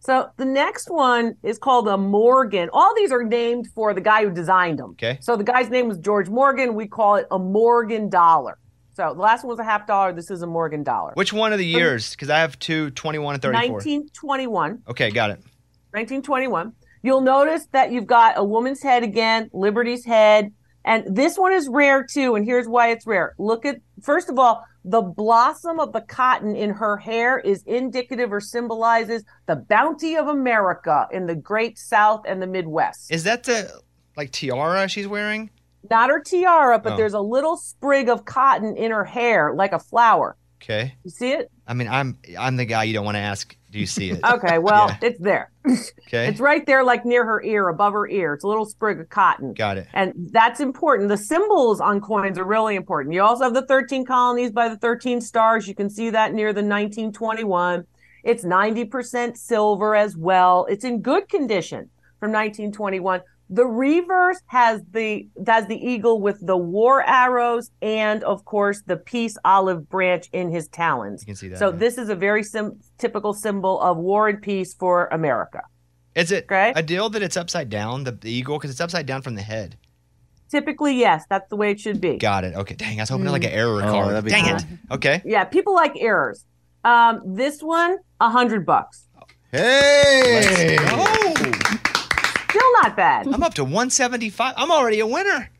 S20: So the next one is called a Morgan. All these are named for the guy who designed them.
S4: Okay.
S20: So the guy's name was George Morgan. We call it a Morgan dollar. So the last one was a half dollar. This is a Morgan dollar.
S4: Which one of the
S20: Um,
S4: years? Because I have two, 21 and 34.
S20: 1921.
S4: Okay, got it.
S20: 1921. You'll notice that you've got a woman's head again, Liberty's head. And this one is rare too. And here's why it's rare. Look at, first of all, the blossom of the cotton in her hair is indicative or symbolizes the bounty of America in the great South and the Midwest.
S4: Is that the like tiara she's wearing?
S20: Not her tiara, but
S4: Oh.
S20: there's a little sprig of cotton in her hair, like a flower.
S4: Okay.
S20: You see it?
S4: I mean, I'm I'm the guy you don't want to ask. Do you see it?
S20: Okay, well, it's there.
S4: Okay.
S20: It's right there, like near her ear, above her ear. It's a little sprig of cotton.
S4: Got it.
S20: And that's important. The symbols on coins are really important. You also have the 13 colonies by the 13 stars. You can see that near the 1921. It's 90% silver as well. It's in good condition from 1921. The reverse has the has the eagle with the war arrows and of course the peace olive branch in his talons. You
S4: can see that,
S20: So
S4: yeah.
S20: this is a very sim- typical symbol of war and peace for America.
S4: Is it a deal that it's upside down, the, the eagle? Because it's upside down from the head.
S20: Typically, yes, that's the way it should be.
S4: Got it. Okay. Dang, I was hoping to like an
S20: Mm.
S4: error
S5: Oh,
S4: card.
S5: that'd be
S4: Dang
S5: cool.
S4: it. Okay.
S20: Yeah, people like errors. Um, this one, a hundred bucks.
S5: Hey.
S20: Still not bad.
S4: I'm up to 175. I'm already a winner.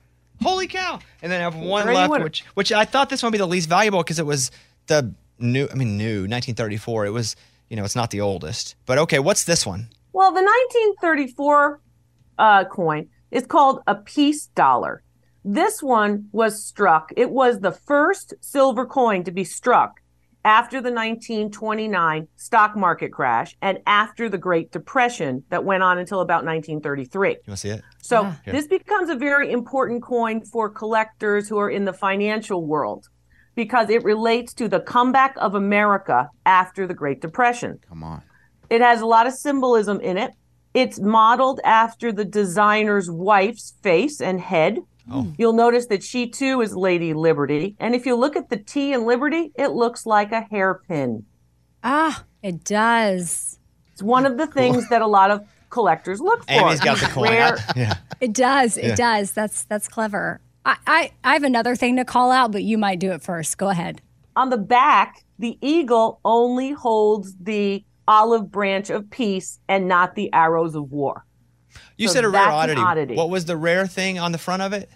S4: Holy cow. And then I have one
S20: Already a
S4: left,
S20: winner.
S4: which which I thought this one would be the least valuable because it was the new, I mean, new 1934. It was, you know, it's not the oldest. But okay, what's this one?
S20: Well, the 1934 uh, coin is called a peace dollar. This one was struck. It was the first silver coin to be struck after the 1929 stock market crash and after the Great Depression that went on until about 1933.
S4: You want to see it?
S20: So
S4: Here.
S20: this becomes a very important coin for collectors who are in the financial world because it relates to the comeback of America after the Great Depression.
S5: Come on.
S20: It has a lot of symbolism in it. It's modeled after the designer's wife's face and head. You'll notice that she too is Lady Liberty. And if you look at the T in Liberty, it looks like a hairpin.
S8: Ah, it does.
S20: It's one of the things that a lot of collectors look for.
S4: Amy's got the coin.
S20: Rare-
S4: I- yeah.
S8: It does. It
S4: Yeah.
S8: does. That's that's clever. I, I I have another thing to call out, but you might do it first. Go ahead.
S20: on the back, the eagle only holds the olive branch of peace and not the arrows of war.
S4: You
S20: So
S4: said a rare
S20: that's an
S4: oddity.
S20: oddity.
S4: What was the rare thing on the front of it?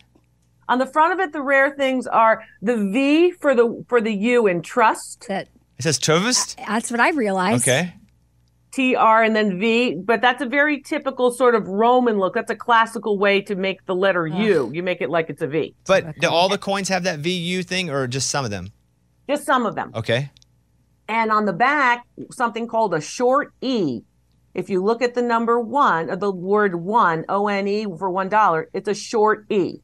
S20: On the front of it, the rare things are the V for the for the U in trust.
S4: It says Trovist.
S8: That's what I realized.
S4: Okay.
S20: TR and then V, but that's a very typical sort of Roman look. That's a classical way to make the letter U. You make it like it's a V.
S4: But do all the coins have that VU thing or just some of them?
S20: Just some of them.
S4: Okay.
S20: And on the back, something called a short E. If you look at the number one, or the word one, O N E for one dollar, it's a short E.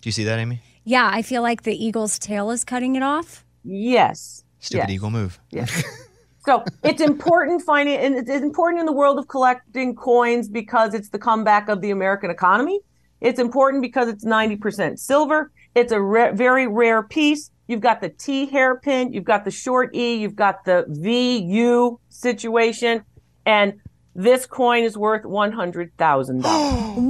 S4: Do you see that, Amy?
S8: Yeah, I feel like the eagle's tail is cutting it off.
S20: Yes.
S4: Stupid
S20: yes.
S4: eagle move.
S20: Yes. So it's important finding, and it's important in the world of collecting coins because it's the comeback of the American economy. It's important because it's 90% silver. It's a ra- very rare piece. You've got the T hairpin, you've got the short E, you've got the VU situation, and this coin is worth $100,000.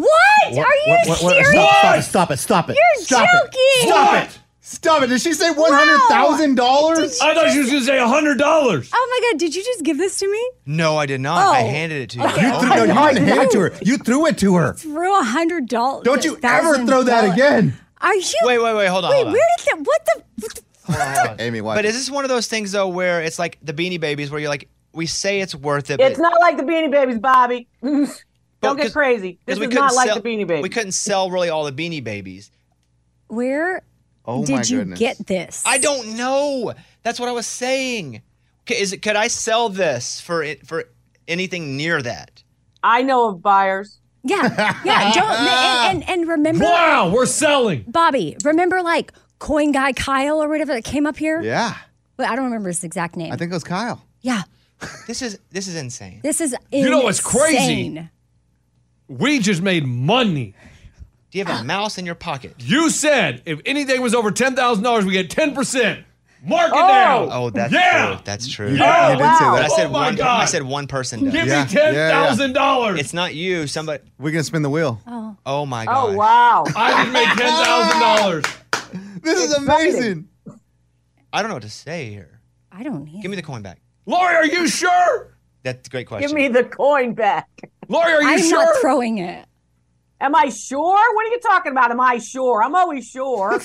S2: what?
S20: Are you serious?
S5: Stop, it, stop it! Stop it!
S20: You're
S5: stop It.
S20: joking!
S5: Stop
S20: What?
S5: it! Stop it! Did she say one hundred thousand dollars?
S7: I thought she was gonna say hundred dollars.
S8: Oh my God, did you just give this to me?
S4: No, I did not. I
S8: Oh.
S4: handed it to you.
S8: Okay.
S5: You threw, no, you didn't hand it to her. You threw it to her.
S8: Threw a hundred dollars.
S5: Don't you ever throw that again.
S8: Are you?
S4: Wait, wait, wait. Hold on.
S8: Wait,
S4: hold on.
S8: where did that? What the?
S5: Amy, why?
S4: But is this one of those things though where it's like the Beanie Babies, where you're like, we say it's worth it.
S20: It's
S4: but-
S20: not like the Beanie Babies, Bobby. Don't get
S4: 'cause-
S20: crazy. This
S4: 'cause we
S20: is
S4: couldn't
S20: not like
S4: sell-
S20: the Beanie Babies.
S4: We couldn't sell really all the Beanie Babies.
S8: Where
S4: Oh
S8: did you get this?
S4: I don't know. That's what I was saying. Okay, is it? Could I sell this for it for anything near that?
S20: I know of buyers.
S8: Yeah, yeah. Don't and and, and remember.
S7: Wow, we're selling.
S8: Bobby, remember like Coin Guy Kyle or whatever that came up here?
S5: Yeah.
S8: Wait, I don't remember his exact name.
S5: think it was Kyle.
S8: yeah,
S4: This is this is insane.
S8: this is insane.
S7: You know what's crazy? We just made money.
S4: Do you have a mouse in your pocket?
S7: You said if anything was over ten thousand dollars, we get ten percent. Mark it
S4: Oh.
S7: down.
S4: Oh, that's
S7: yeah.
S4: true. That's true.
S7: You did- Oh, you did say wow. that.
S4: I said
S7: Oh,
S4: one.
S7: my God.
S4: I said one person.
S7: Give
S4: Does.
S7: me Yeah. $10,000. dollars.
S4: It's not you. Somebody.
S5: We're gonna spin the wheel.
S8: Oh.
S4: Oh my god.
S20: Oh wow!
S7: I just made ten thousand dollars.
S5: This is amazing.
S4: I don't know what to say here.
S8: I don't need.
S4: Give me the coin back.
S7: Lori, are you sure?
S4: That's a great question.
S20: Give me the coin back.
S7: Lori,
S8: I'm not throwing it.
S20: Am I sure? What are you talking about? Am I sure? I'm always sure.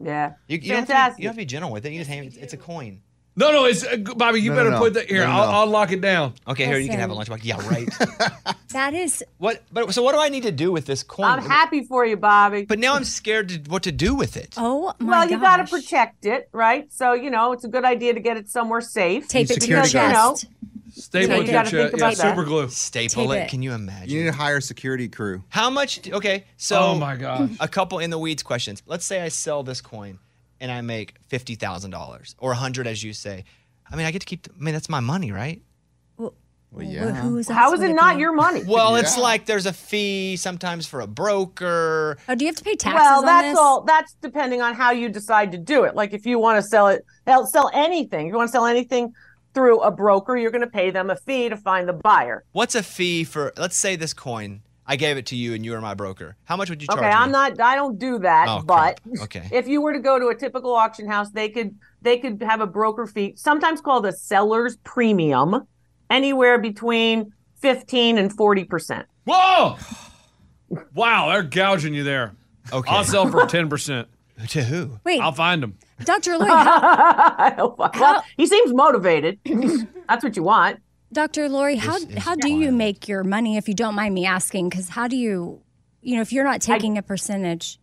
S20: yeah.
S4: You, you, don't have to, you don't have to be gentle with it. You just hand, it's a coin.
S7: No, no, it's uh, Bobby. You
S4: No, no,
S7: better
S4: no.
S7: put that here.
S4: No, no,
S7: I'll,
S4: no.
S7: I'll lock it down.
S4: Okay, here you can have a
S7: Listen.
S4: lunchbox. Yeah, right.
S8: That is.
S4: what? But so what do I need to do with this coin?
S20: I'm happy for you, Bobby.
S4: But now I'm scared to, what to do with it.
S8: Oh
S20: Well, you got to protect it, right? So you know it's a good idea to get it somewhere safe.
S8: Tape
S5: it to your
S20: Because, you know,
S5: chest.
S20: Yeah,
S7: Staple
S20: you
S7: it to your
S20: gotta
S7: chest.
S20: think
S7: Yeah,
S20: about that.
S7: super glue.
S4: Staple
S20: Tape
S4: it.
S20: it.
S4: Can you imagine?
S5: You need to hire a security crew.
S4: How much? d- Okay, so
S7: Oh my God.
S4: a couple in the weeds questions. Let's say I sell this coin and I make fifty thousand dollars or a hundred, as you say. I mean, I get to keep. I mean, that's my money, right?
S5: Well,
S4: yeah.
S20: How is it not your money?
S4: Well, it's like there's a fee sometimes for a broker.
S8: Oh, do you have to pay taxes?
S20: well,
S8: on
S20: that's
S8: this?
S20: all. That's depending on how you decide to do it. Like if you want to sell it, they'll sell anything. If you want to sell anything through a broker, you're going to pay them a fee to find the buyer.
S4: What's a fee for? Let's say this coin. I gave it to you, and you are my broker. How much would you charge?
S20: Okay,
S4: me?
S20: I'm not. I don't do that.
S4: Oh,
S20: but
S4: Okay.
S20: if you were to go to a typical auction house, they could they could have a broker fee, sometimes called a seller's premium, anywhere between fifteen and forty percent.
S7: Whoa! Wow, they're gouging you there.
S4: Okay.
S7: I'll sell for ten percent.
S4: to who?
S8: Wait.
S7: I'll find them.
S8: Dr. Lloyd, how,
S20: well, he seems motivated. That's what you want.
S8: Dr. Lori, how how do you make your money if you don't mind me asking? Because how do you, you know, if you're not taking a percentage?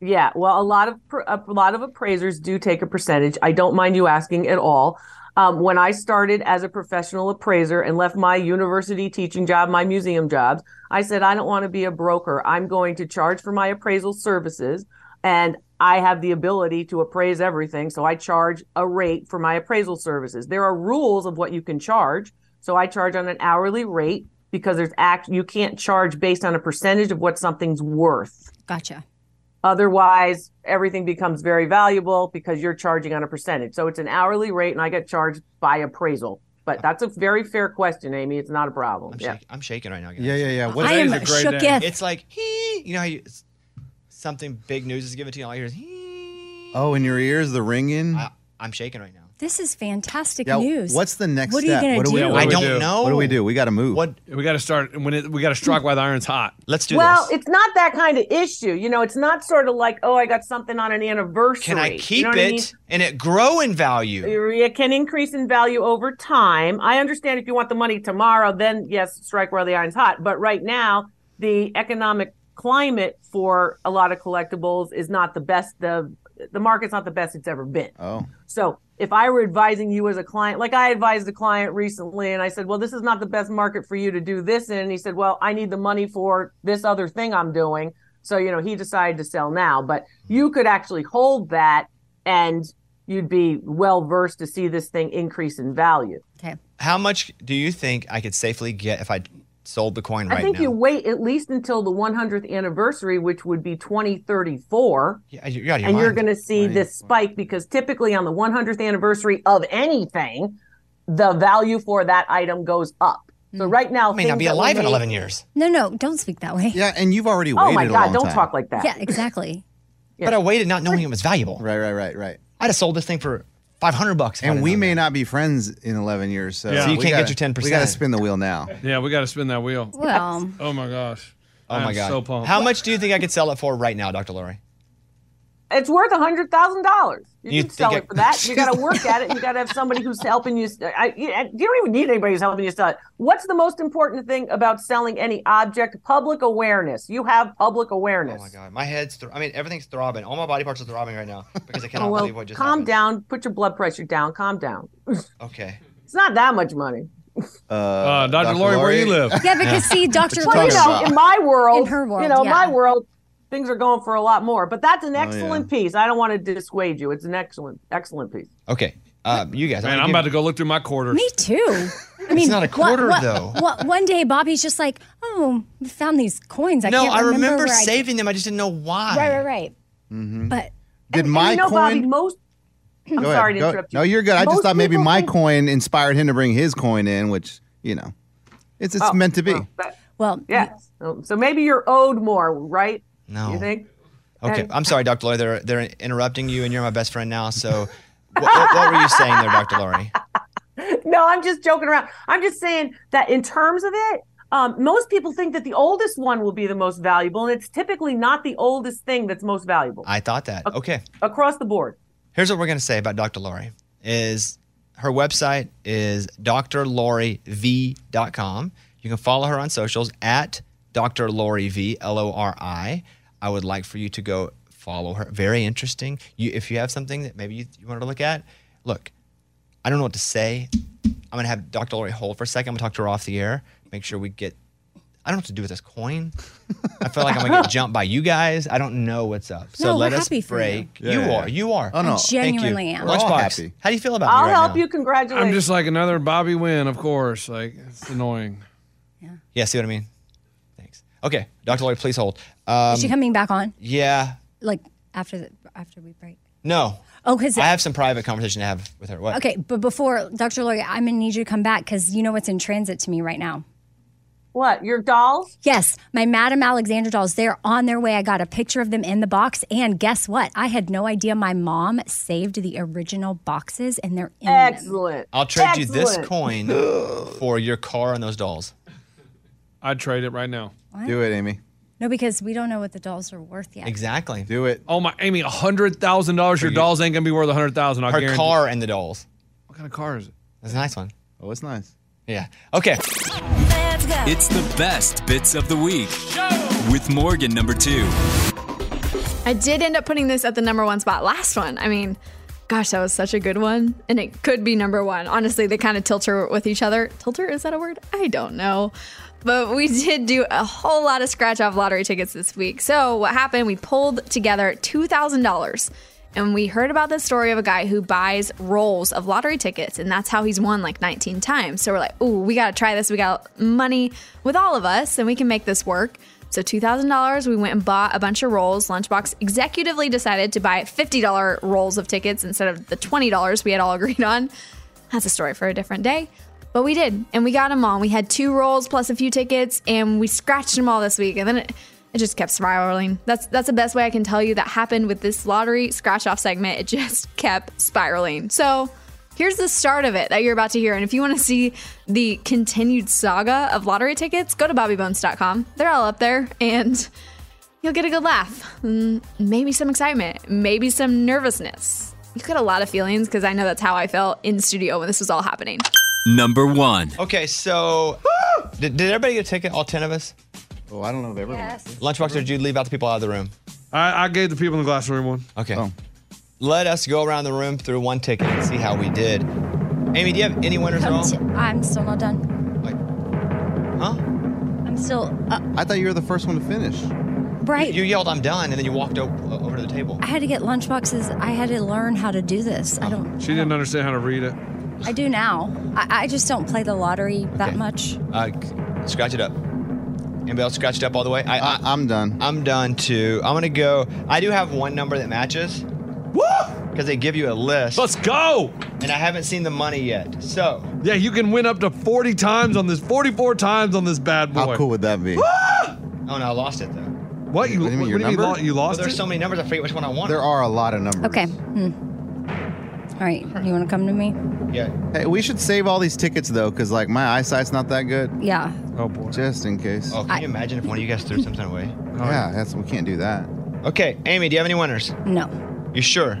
S20: Yeah, well, a lot of pr- a lot of appraisers do take a percentage. I don't mind you asking at all. Um, when I started as a professional appraiser and left my university teaching job, my museum jobs, I said I don't want to be a broker. I'm going to charge for my appraisal services, and I have the ability to appraise everything, so I charge a rate for my appraisal services. There are rules of what you can charge, so I charge on an hourly rate because there's act you can't charge based on a percentage of what something's worth.
S8: Gotcha.
S20: Otherwise, everything becomes very valuable because you're charging on a percentage. So it's an hourly rate, and I get charged by appraisal. But that's a very fair question, Amy. It's not a problem.
S4: I'm,
S20: yeah.
S4: shaking, I'm shaking right now. Guys.
S5: Yeah, yeah, yeah.
S20: I am Today's a great shook day. if.
S4: It's like, hee, you know how you, it's- something big news is given to you, and all you hear is, hee.
S5: Oh, in your ears, the ringing.
S4: I'm shaking right now.
S8: This is fantastic
S5: Yeah,
S8: news.
S5: What's the next
S8: What are you
S5: step?
S8: gonna
S5: what do we?
S8: do?
S5: do?
S7: I don't know.
S5: What do we do? We got to move.
S4: What?
S7: We got to start when it, we got to strike while the iron's hot.
S4: Let's
S20: well, it's not that kind of issue. You know, it's not sort of like, oh, I got something on an anniversary.
S4: Can I
S20: You
S4: keep
S20: know what I mean?
S4: it and it grow in value?
S20: It can increase in value over time. I understand if you want the money tomorrow, then yes, strike while the iron's hot. But right now, the economic climate for a lot of collectibles is not the best. The the market's not the best it's ever been.
S5: Oh.
S20: So if I were advising you as a client, like I advised a client recently, and I said, "Well, this is not the best market for you to do this," in," and he said, "Well, I need the money for this other thing I'm doing." So you know, he decided to sell now, but you could actually hold that and you'd be well versed to see this thing increase in value.
S8: Okay.
S4: How much do you think I could safely get if I sold the coin right
S20: I think
S4: now?
S20: you wait at least until the 100th anniversary, which would be 2034.
S4: Yeah, you're out of your
S20: and you're
S4: mind.
S20: going to see this spike because typically on the 100th anniversary of anything, the value for that item goes up. So right now,
S4: may not
S20: things
S4: be
S20: that were
S4: alive in
S20: made-
S4: 11 years.
S8: Hmm. No, no, don't speak that way.
S5: Yeah, and you've already
S20: Oh
S5: waited
S20: my
S5: a
S20: God,
S5: long
S20: don't
S5: time.
S20: talk like that.
S8: Yeah, exactly.
S4: But I waited not knowing it was valuable.
S5: Right, right, right, right.
S4: I'd have sold this thing for 500 bucks.
S5: And we may not be friends in 11 years, so,
S7: Yeah. So you
S5: we
S7: can't get
S5: gotta-
S7: your 10%.
S5: We got to spin the wheel now.
S7: Yeah, we got to spin that wheel.
S20: Um,
S8: Well.
S7: Oh my gosh.
S4: Oh
S7: I
S4: my
S7: am
S4: god.
S7: So pumped.
S4: How much do you think I could sell it for right now, Dr. Lori?
S20: It's worth a hundred thousand dollars. You,
S4: You
S20: can sell
S4: think
S20: it
S4: I-
S20: for that. You got to work at it. You got to have somebody who's helping you. uh, I, you. and You don't even need anybody who's helping you sell it. What's the most important thing about selling any object? Public awareness. You have public awareness.
S4: Oh my god. My head's thr- I mean everything's throbbing. All my body parts are throbbing right now because I cannot
S20: Oh, well,
S4: believe what just
S20: calm down. Put your blood pressure down. Calm down.
S4: Okay.
S20: It's not that much money.
S5: Uh,
S7: Dr. Lori, where you live?
S8: Yeah, because see, Dr.
S20: Well,
S8: Lori-
S20: you know, in my
S8: In
S20: world,
S8: her world,
S20: you know,
S8: yeah.
S20: my world, things are going for a lot more. But that's an
S4: yeah.
S20: excellent piece. I don't want to dissuade you. It's an excellent, excellent piece.
S4: Okay. Uh, you guys.
S7: Man, I'm about to go look through my quarters.
S8: Me too. I mean,
S7: not a
S8: wha-
S7: quarter,
S8: wha-
S7: though.
S8: wha- one day Bobby's just like, oh, we found these coins. I
S4: No,
S8: can't
S4: I
S8: remember,
S4: remember
S8: where
S4: saving them. I just didn't know why.
S8: Right, right, right. But
S5: Mm-hmm. Did my
S20: you know,
S5: coin?
S20: Bobby, most. I'm
S5: Go ahead,
S20: sorry to
S5: go-
S20: interrupt you.
S5: No, you're good. I just
S20: Most
S5: thought maybe
S20: people
S5: my
S20: think-
S5: coin inspired him to bring his coin in, which you know, it's it's
S20: Oh,
S5: meant to be.
S20: well, that-
S8: Well,
S20: yes. So, so maybe you're owed more, right?
S4: No.
S20: You think?
S4: Okay.
S20: And-
S4: I'm sorry, Dr. Lori. They're they're interrupting you and you're my best friend now. So what, what, what were you saying there, Dr. Lori?
S20: no, I'm just joking around. I'm just saying that in terms of it, um, most people think that the oldest one will be the most valuable, and it's typically not the oldest thing that's most valuable
S4: I thought that. Okay.
S20: across the board.
S4: Here's what we're going to say about Dr. Lori is her website is drloriv.com. You can follow her on socials at Dr. Lori V, L O R I. I would like for you to go follow her. Very interesting. You, if you have something that maybe you, you wanted to look at, look, I don't know what to say. I'm going to have Dr. Lori hold for a second. I'm going to talk to her off the air, make sure we get. I don't know what to do with this coin. I feel like I'm gonna get jumped by you guys. I don't know what's up. So
S8: No, we're
S4: let us
S8: happy for you.
S4: break. You
S8: Yeah.
S4: are. You
S5: Oh,
S4: are.
S8: I genuinely am.
S4: We're all Lunchbox, happy. How do you feel about me right now?
S20: Congratulations.
S7: I'm just like another Bobby Win, of course. Like it's annoying.
S4: Yeah, see what I mean? Thanks. Okay, Dr. Lloyd, please hold. Um,
S8: is she coming back on?
S4: Yeah.
S8: Like after the, after we break?
S4: No.
S8: Oh, 'cause
S4: I have some private conversation to have with her. What?
S8: Okay, but before Dr. Lori, I'm gonna need you to come back because you know what's in transit to me right now.
S20: What your dolls?
S8: Yes, my Madame Alexandra dolls. They're on their way. I got a picture of them in the box, and guess what? I had no idea my mom saved the original boxes, and they're in them.
S20: Excellent.
S4: I'll trade you this
S8: Excellent.
S4: coin for your car and those dolls.
S7: I'd trade it right now.
S8: What?
S5: Do it, Amy.
S8: No, because we don't know what the dolls are worth yet.
S4: Exactly.
S5: Do it.
S7: Oh my, Amy, a hundred thousand dollars. Your dolls ain't gonna be worth a hundred thousand. I'll
S4: Her
S7: guarantee.
S4: car and the dolls.
S7: What kind of car is it?
S4: That's a nice one.
S5: Oh, it's nice.
S4: Yeah. Okay.
S3: It's the best bits of the week with Morgan number two.
S2: I did end up putting this at the number one spot last one. I mean, gosh, that was such a good one. And it could be number one. Honestly, they kind of tilter with each other. Tilter, is that a word? I don't know. But we did do a whole lot of scratch off lottery tickets this week. So what happened? We pulled together $2,000. And we heard about this story of a guy who buys rolls of lottery tickets, and that's how he's won like 19 times. So we're like, ooh, we gotta try this. We got money with all of us, and we can make this work. So $2,000, we went and bought a bunch of rolls. Lunchbox executively decided to buy $50 rolls of tickets instead of the $20 we had all agreed on. That's a story for a different day. But we did, and we got them all. We had two rolls plus a few tickets, and we scratched them all this week. And then it, it just kept spiraling. That's that's the best way I can tell you that happened with this lottery scratch off segment. It just kept spiraling. So here's the start of it that you're about to hear. And if you want to see the continued saga of lottery tickets, go to bobbybones.com. They're all up there, and you'll get a good laugh. Mm, Maybe some excitement, maybe some nervousness. You get a lot of feelings because I know that's how I felt in studio when this was all happening.
S3: Number one.
S4: Okay, so did, did everybody get a ticket? All 10 of us?
S5: Oh, I don't know if everyone.
S4: Lunchbox, or did you leave out the people out of the room?
S7: I, I gave the people in the glass room one.
S4: Okay.
S5: Oh.
S4: Let us go around the room through one ticket and see how we did. Amy, do you have any winners at
S8: Come
S4: all?
S8: to- I'm still not done.
S4: Huh?
S8: I'm still. Uh,
S5: I thought you were the first one to finish.
S8: Right.
S4: You yelled, "I'm done," and then you walked o- over to the table.
S8: I had to get lunch boxes. I had to learn how to do this.
S4: Oh.
S8: I don't.
S7: She didn't understand how to read it.
S8: I do now. I, I just don't play the lottery that much.
S4: Uh, c- scratch it up. Anybody else scratched up all the way? I, I, I'm done. I'm done too. I'm gonna go. I do have one number that matches. Woo! Because they give you a list. Let's
S7: go.
S4: And I haven't seen the money yet. So
S7: Yeah, you can win up to 40 times on this, 44 times on this bad boy. How cool
S5: would that be?
S4: Oh no, I lost it though.
S7: What you, what do you mean,
S5: your number?
S7: lo- you lost?
S4: Well, there's so many numbers. I forget which one I wanted.
S5: There are a lot of numbers.
S8: Okay. Hmm. All right. You want to come to me?
S4: Yeah.
S5: Hey, we should save all these tickets though, because like my eyesight's not that good.
S8: Yeah.
S7: Oh boy.
S5: Just in case.
S4: Oh, can you imagine if one of you guys threw something away?
S5: Oh, Yeah, that's we can't do that.
S4: Okay, Amy, do you have any winners?
S8: No.
S4: You sure?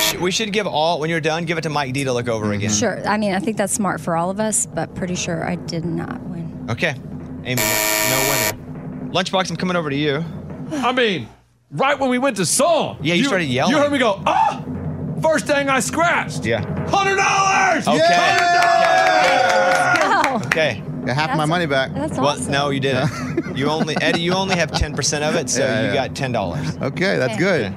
S4: Sh- We should give all when you're done. Give it to Mike D to look over again.
S8: Sure. I mean, I think that's smart for all of us, but pretty sure I did not win.
S4: Okay, Amy, no winner. Lunchbox, I'm coming over to you.
S7: I mean, right when we went to Seoul.
S4: Yeah, you started yelling.
S7: You heard me go, ah! First thing I scratched.
S4: Yeah.
S7: Hundred dollars.
S4: Okay. Okay.
S5: Got half my money back.
S8: That's
S4: Well, no, you didn't. you only Eddie, you only have ten percent of it, so
S5: Yeah,
S4: you
S5: yeah.
S4: got ten dollars.
S5: Okay, that's good.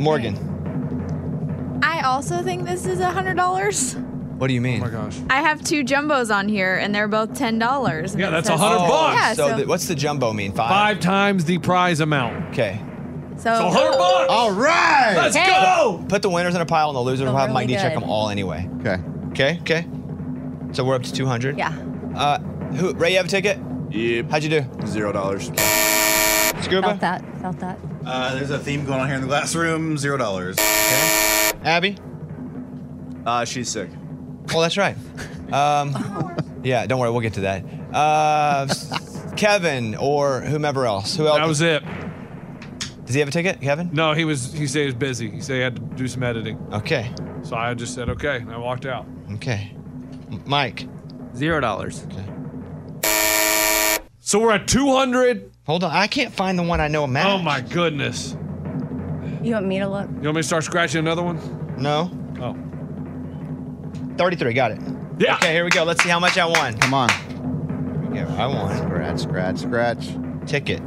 S4: Morgan,
S12: I also think this is a $100.
S4: what do you mean? Oh my
S7: gosh.
S12: I have two jumbos on here, and they're both $10. and
S7: Yeah,
S12: it
S7: that's
S12: says-
S7: $100 bucks.
S12: Yeah,
S4: so
S12: so,
S4: the- what's the jumbo mean? Five.
S7: Five times the prize amount.
S4: Okay.
S12: so,
S4: All right.
S12: Let's Okay. go.
S4: Put the winners in a pile and the losers in a
S12: Feel
S4: pile. Mike D
S12: really
S4: check
S12: good.
S4: them all anyway.
S5: Okay.
S4: Okay. Okay. So we're up to 200.
S8: Yeah.
S4: Uh, who, Ray, you have a ticket? Yep. How'd you do? Zero dollars. Scuba?
S8: Felt that. Felt that.
S1: Uh, there's a theme going on here in the classroom. Zero dollars. Okay.
S4: Abby?
S1: Uh, she's sick.
S4: Well, that's right. Um, yeah, don't worry, we'll get to that. Uh, Kevin or whomever else. Who else?
S7: That was it.
S4: Does he have a ticket, Kevin?
S7: No, he was. He said he was busy. He said he had to do some editing.
S4: Okay.
S7: So I just said okay, and I walked out.
S4: Okay. Mike.
S21: Zero dollars.
S4: Okay.
S7: So we're at 200.
S4: Hold on, I can't find the one I know matched.
S7: Oh my goodness.
S8: You want me to look?
S7: You want me to start scratching another one?
S4: No.
S7: Oh.
S4: 33, got it.
S7: Yeah.
S4: Okay, here we go. Let's see how much I won.
S5: Come on.
S4: Here we go. I won.
S5: Scratch, scratch, scratch.
S4: Ticket.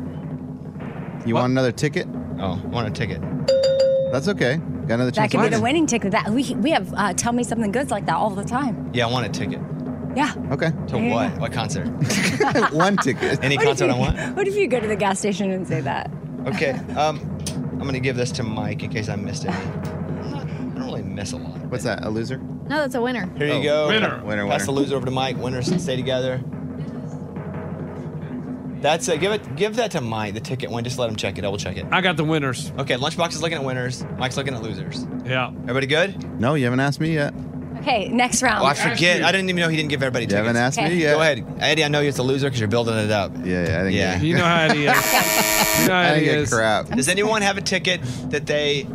S5: You want another ticket?
S4: Oh, I want a ticket.
S5: That's okay. Got another
S8: That
S5: chance.
S8: could be the winning ticket. That we we have uh, tell me something good's like that all the time.
S4: Yeah, I want a ticket.
S8: Yeah.
S5: Okay.
S4: To
S8: Yeah.
S4: what? What concert?
S5: One ticket.
S4: Any
S8: What if
S4: concert I
S8: you-
S4: want.
S8: What if you go to the gas station and say that?
S4: Okay. Um, I'm gonna give this to Mike in case I missed any. I don't really miss a lot.
S5: What's that? A loser?
S12: no, that's a winner.
S4: Here
S7: Oh,
S4: you go.
S5: Winner. Winner,
S4: Pass
S5: winner.
S4: the loser over to Mike. Winners stay together. That's it. Give it. Give that to Mike. The ticket one. Just let him check it. I will check it.
S7: I got the winners.
S4: Okay. Lunchbox is looking at winners. Mike's looking at losers.
S7: Yeah.
S4: Everybody good?
S5: No, you haven't asked me yet.
S8: Okay, next round.
S4: Oh, I forget. I didn't even know he didn't give everybody
S5: You
S4: tickets.
S5: haven't asked me Okay. yet.
S4: Go ahead, Eddie. I know you're the loser because you're building it up.
S5: Yeah, yeah. I think
S4: Yeah.
S7: You know how it is. You know how
S4: I
S7: it
S4: didn't get
S7: is.
S5: crap.
S4: Does anyone have a ticket that they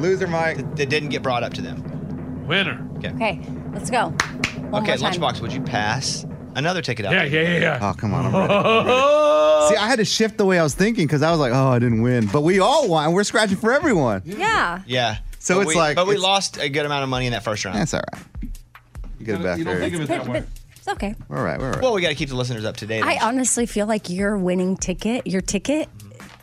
S5: loser Mike
S4: that didn't get brought up to them?
S7: Winner.
S8: Okay, let's go. One
S4: okay,
S8: more time.
S4: lunchbox, would you pass another ticket out?
S7: Yeah, yeah, yeah, yeah.
S5: Oh, come on. I'm ready. I'm ready. See, I had to shift the way I was thinking because I was like, oh, I didn't win. But we all won. We're scratching for everyone.
S8: Yeah.
S4: Yeah.
S5: So
S4: But
S5: it's
S4: we-
S5: like-
S4: but we
S5: it's-
S4: lost a good amount of money in that first round.
S5: That's all right. You get it back there.
S8: But- but it's okay.
S5: All right, all right.
S4: Well, we got to keep the listeners up to date.
S8: I uh, honestly feel like your winning ticket, your ticket,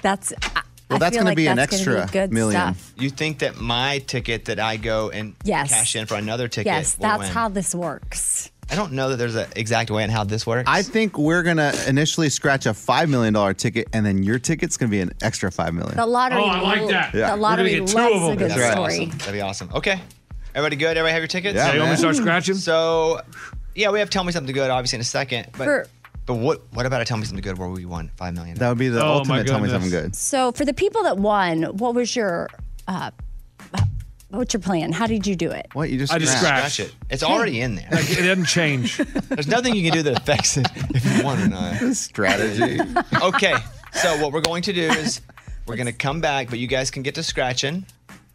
S8: that's. I, I feel like that's gonna good Stuff.
S4: You think that my ticket that I go and
S8: Yes.
S4: cash in for another ticket?
S8: yes,
S4: will
S8: that's
S4: win?
S8: how this works.
S4: I don't know that there's an exact way on how this works.
S5: I think we're gonna initially scratch a five million dollar ticket, and then your ticket's gonna be an extra five million.
S8: The lottery.
S4: Oh, I like that.
S8: The lottery loves a good
S4: That'd be
S8: story.
S4: awesome. That'd be awesome. Okay. Everybody good? Everybody have your tickets?
S7: Yeah, Yeah, you want me to man. start scratching?
S4: So, yeah, we have Tell Me Something Good, obviously, in a second. But,
S8: For-
S4: but what what about a Tell Me Something Good where we won $5 million?
S5: That would be the
S4: Oh, my
S5: ultimate. Tell me something good.
S8: So, for the people that won, what was your, uh, what's your plan? How did you do it?
S5: What you
S7: just I just scratched.
S4: Scratch it. It's already in there.
S7: Like, it doesn't change.
S4: There's nothing you can do that affects it if you won or not.
S5: Strategy.
S4: okay. So what we're going to do is we're going to come back, but you guys can get to scratching,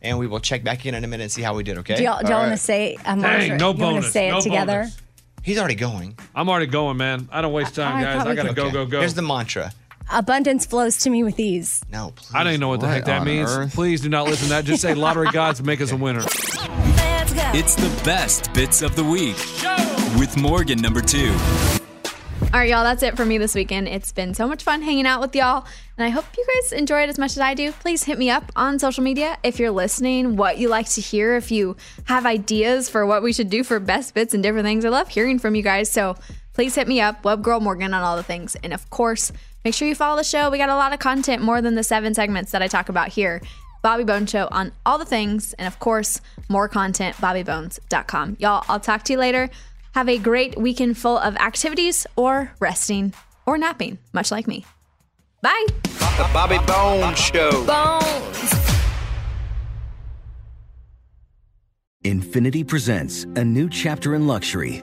S4: and we will check back in in a minute and see how we did. Okay.
S8: Do y'all, do y'all want to say? I'm not
S7: Dang,
S8: sure.
S7: no
S8: you wanna
S7: bonus,
S8: Say it
S7: no
S8: together. Oh,
S7: bonus.
S4: He's already going.
S7: I'm already going, man. I don't waste time,
S8: I
S7: guys.
S8: thought
S7: I,
S8: we
S7: gotta
S8: could-
S7: go, go, go.
S4: Here's the mantra.
S8: Abundance flows to me with ease.
S4: No,
S7: I don't even know what the
S4: What
S7: heck that
S4: on
S7: means.
S4: earth?
S7: Please do not listen to that. Just say lottery gods make us a winner.
S3: It's the best bits of the week with Morgan number two.
S2: All right, y'all, that's it for me this weekend. It's been so much fun hanging out with y'all, and I hope you guys enjoy it as much as I do. Please hit me up on social media if you're listening, what you like to hear, if you have ideas for what we should do for best bits and different things. I love hearing from you guys, so please hit me up, WebGirl Morgan, on all the things. And of course, make sure you follow the show. We got a lot of content, more than the seven segments that I talk about here. Bobby Bones Show on all the things, and of course, more content, bobbybones.com. Y'all, I'll talk to you later. Have a great weekend full of activities or resting or napping, much like me. Bye.
S10: The Bobby Bones Show.
S2: Bones.
S18: Infinity presents a new chapter in luxury,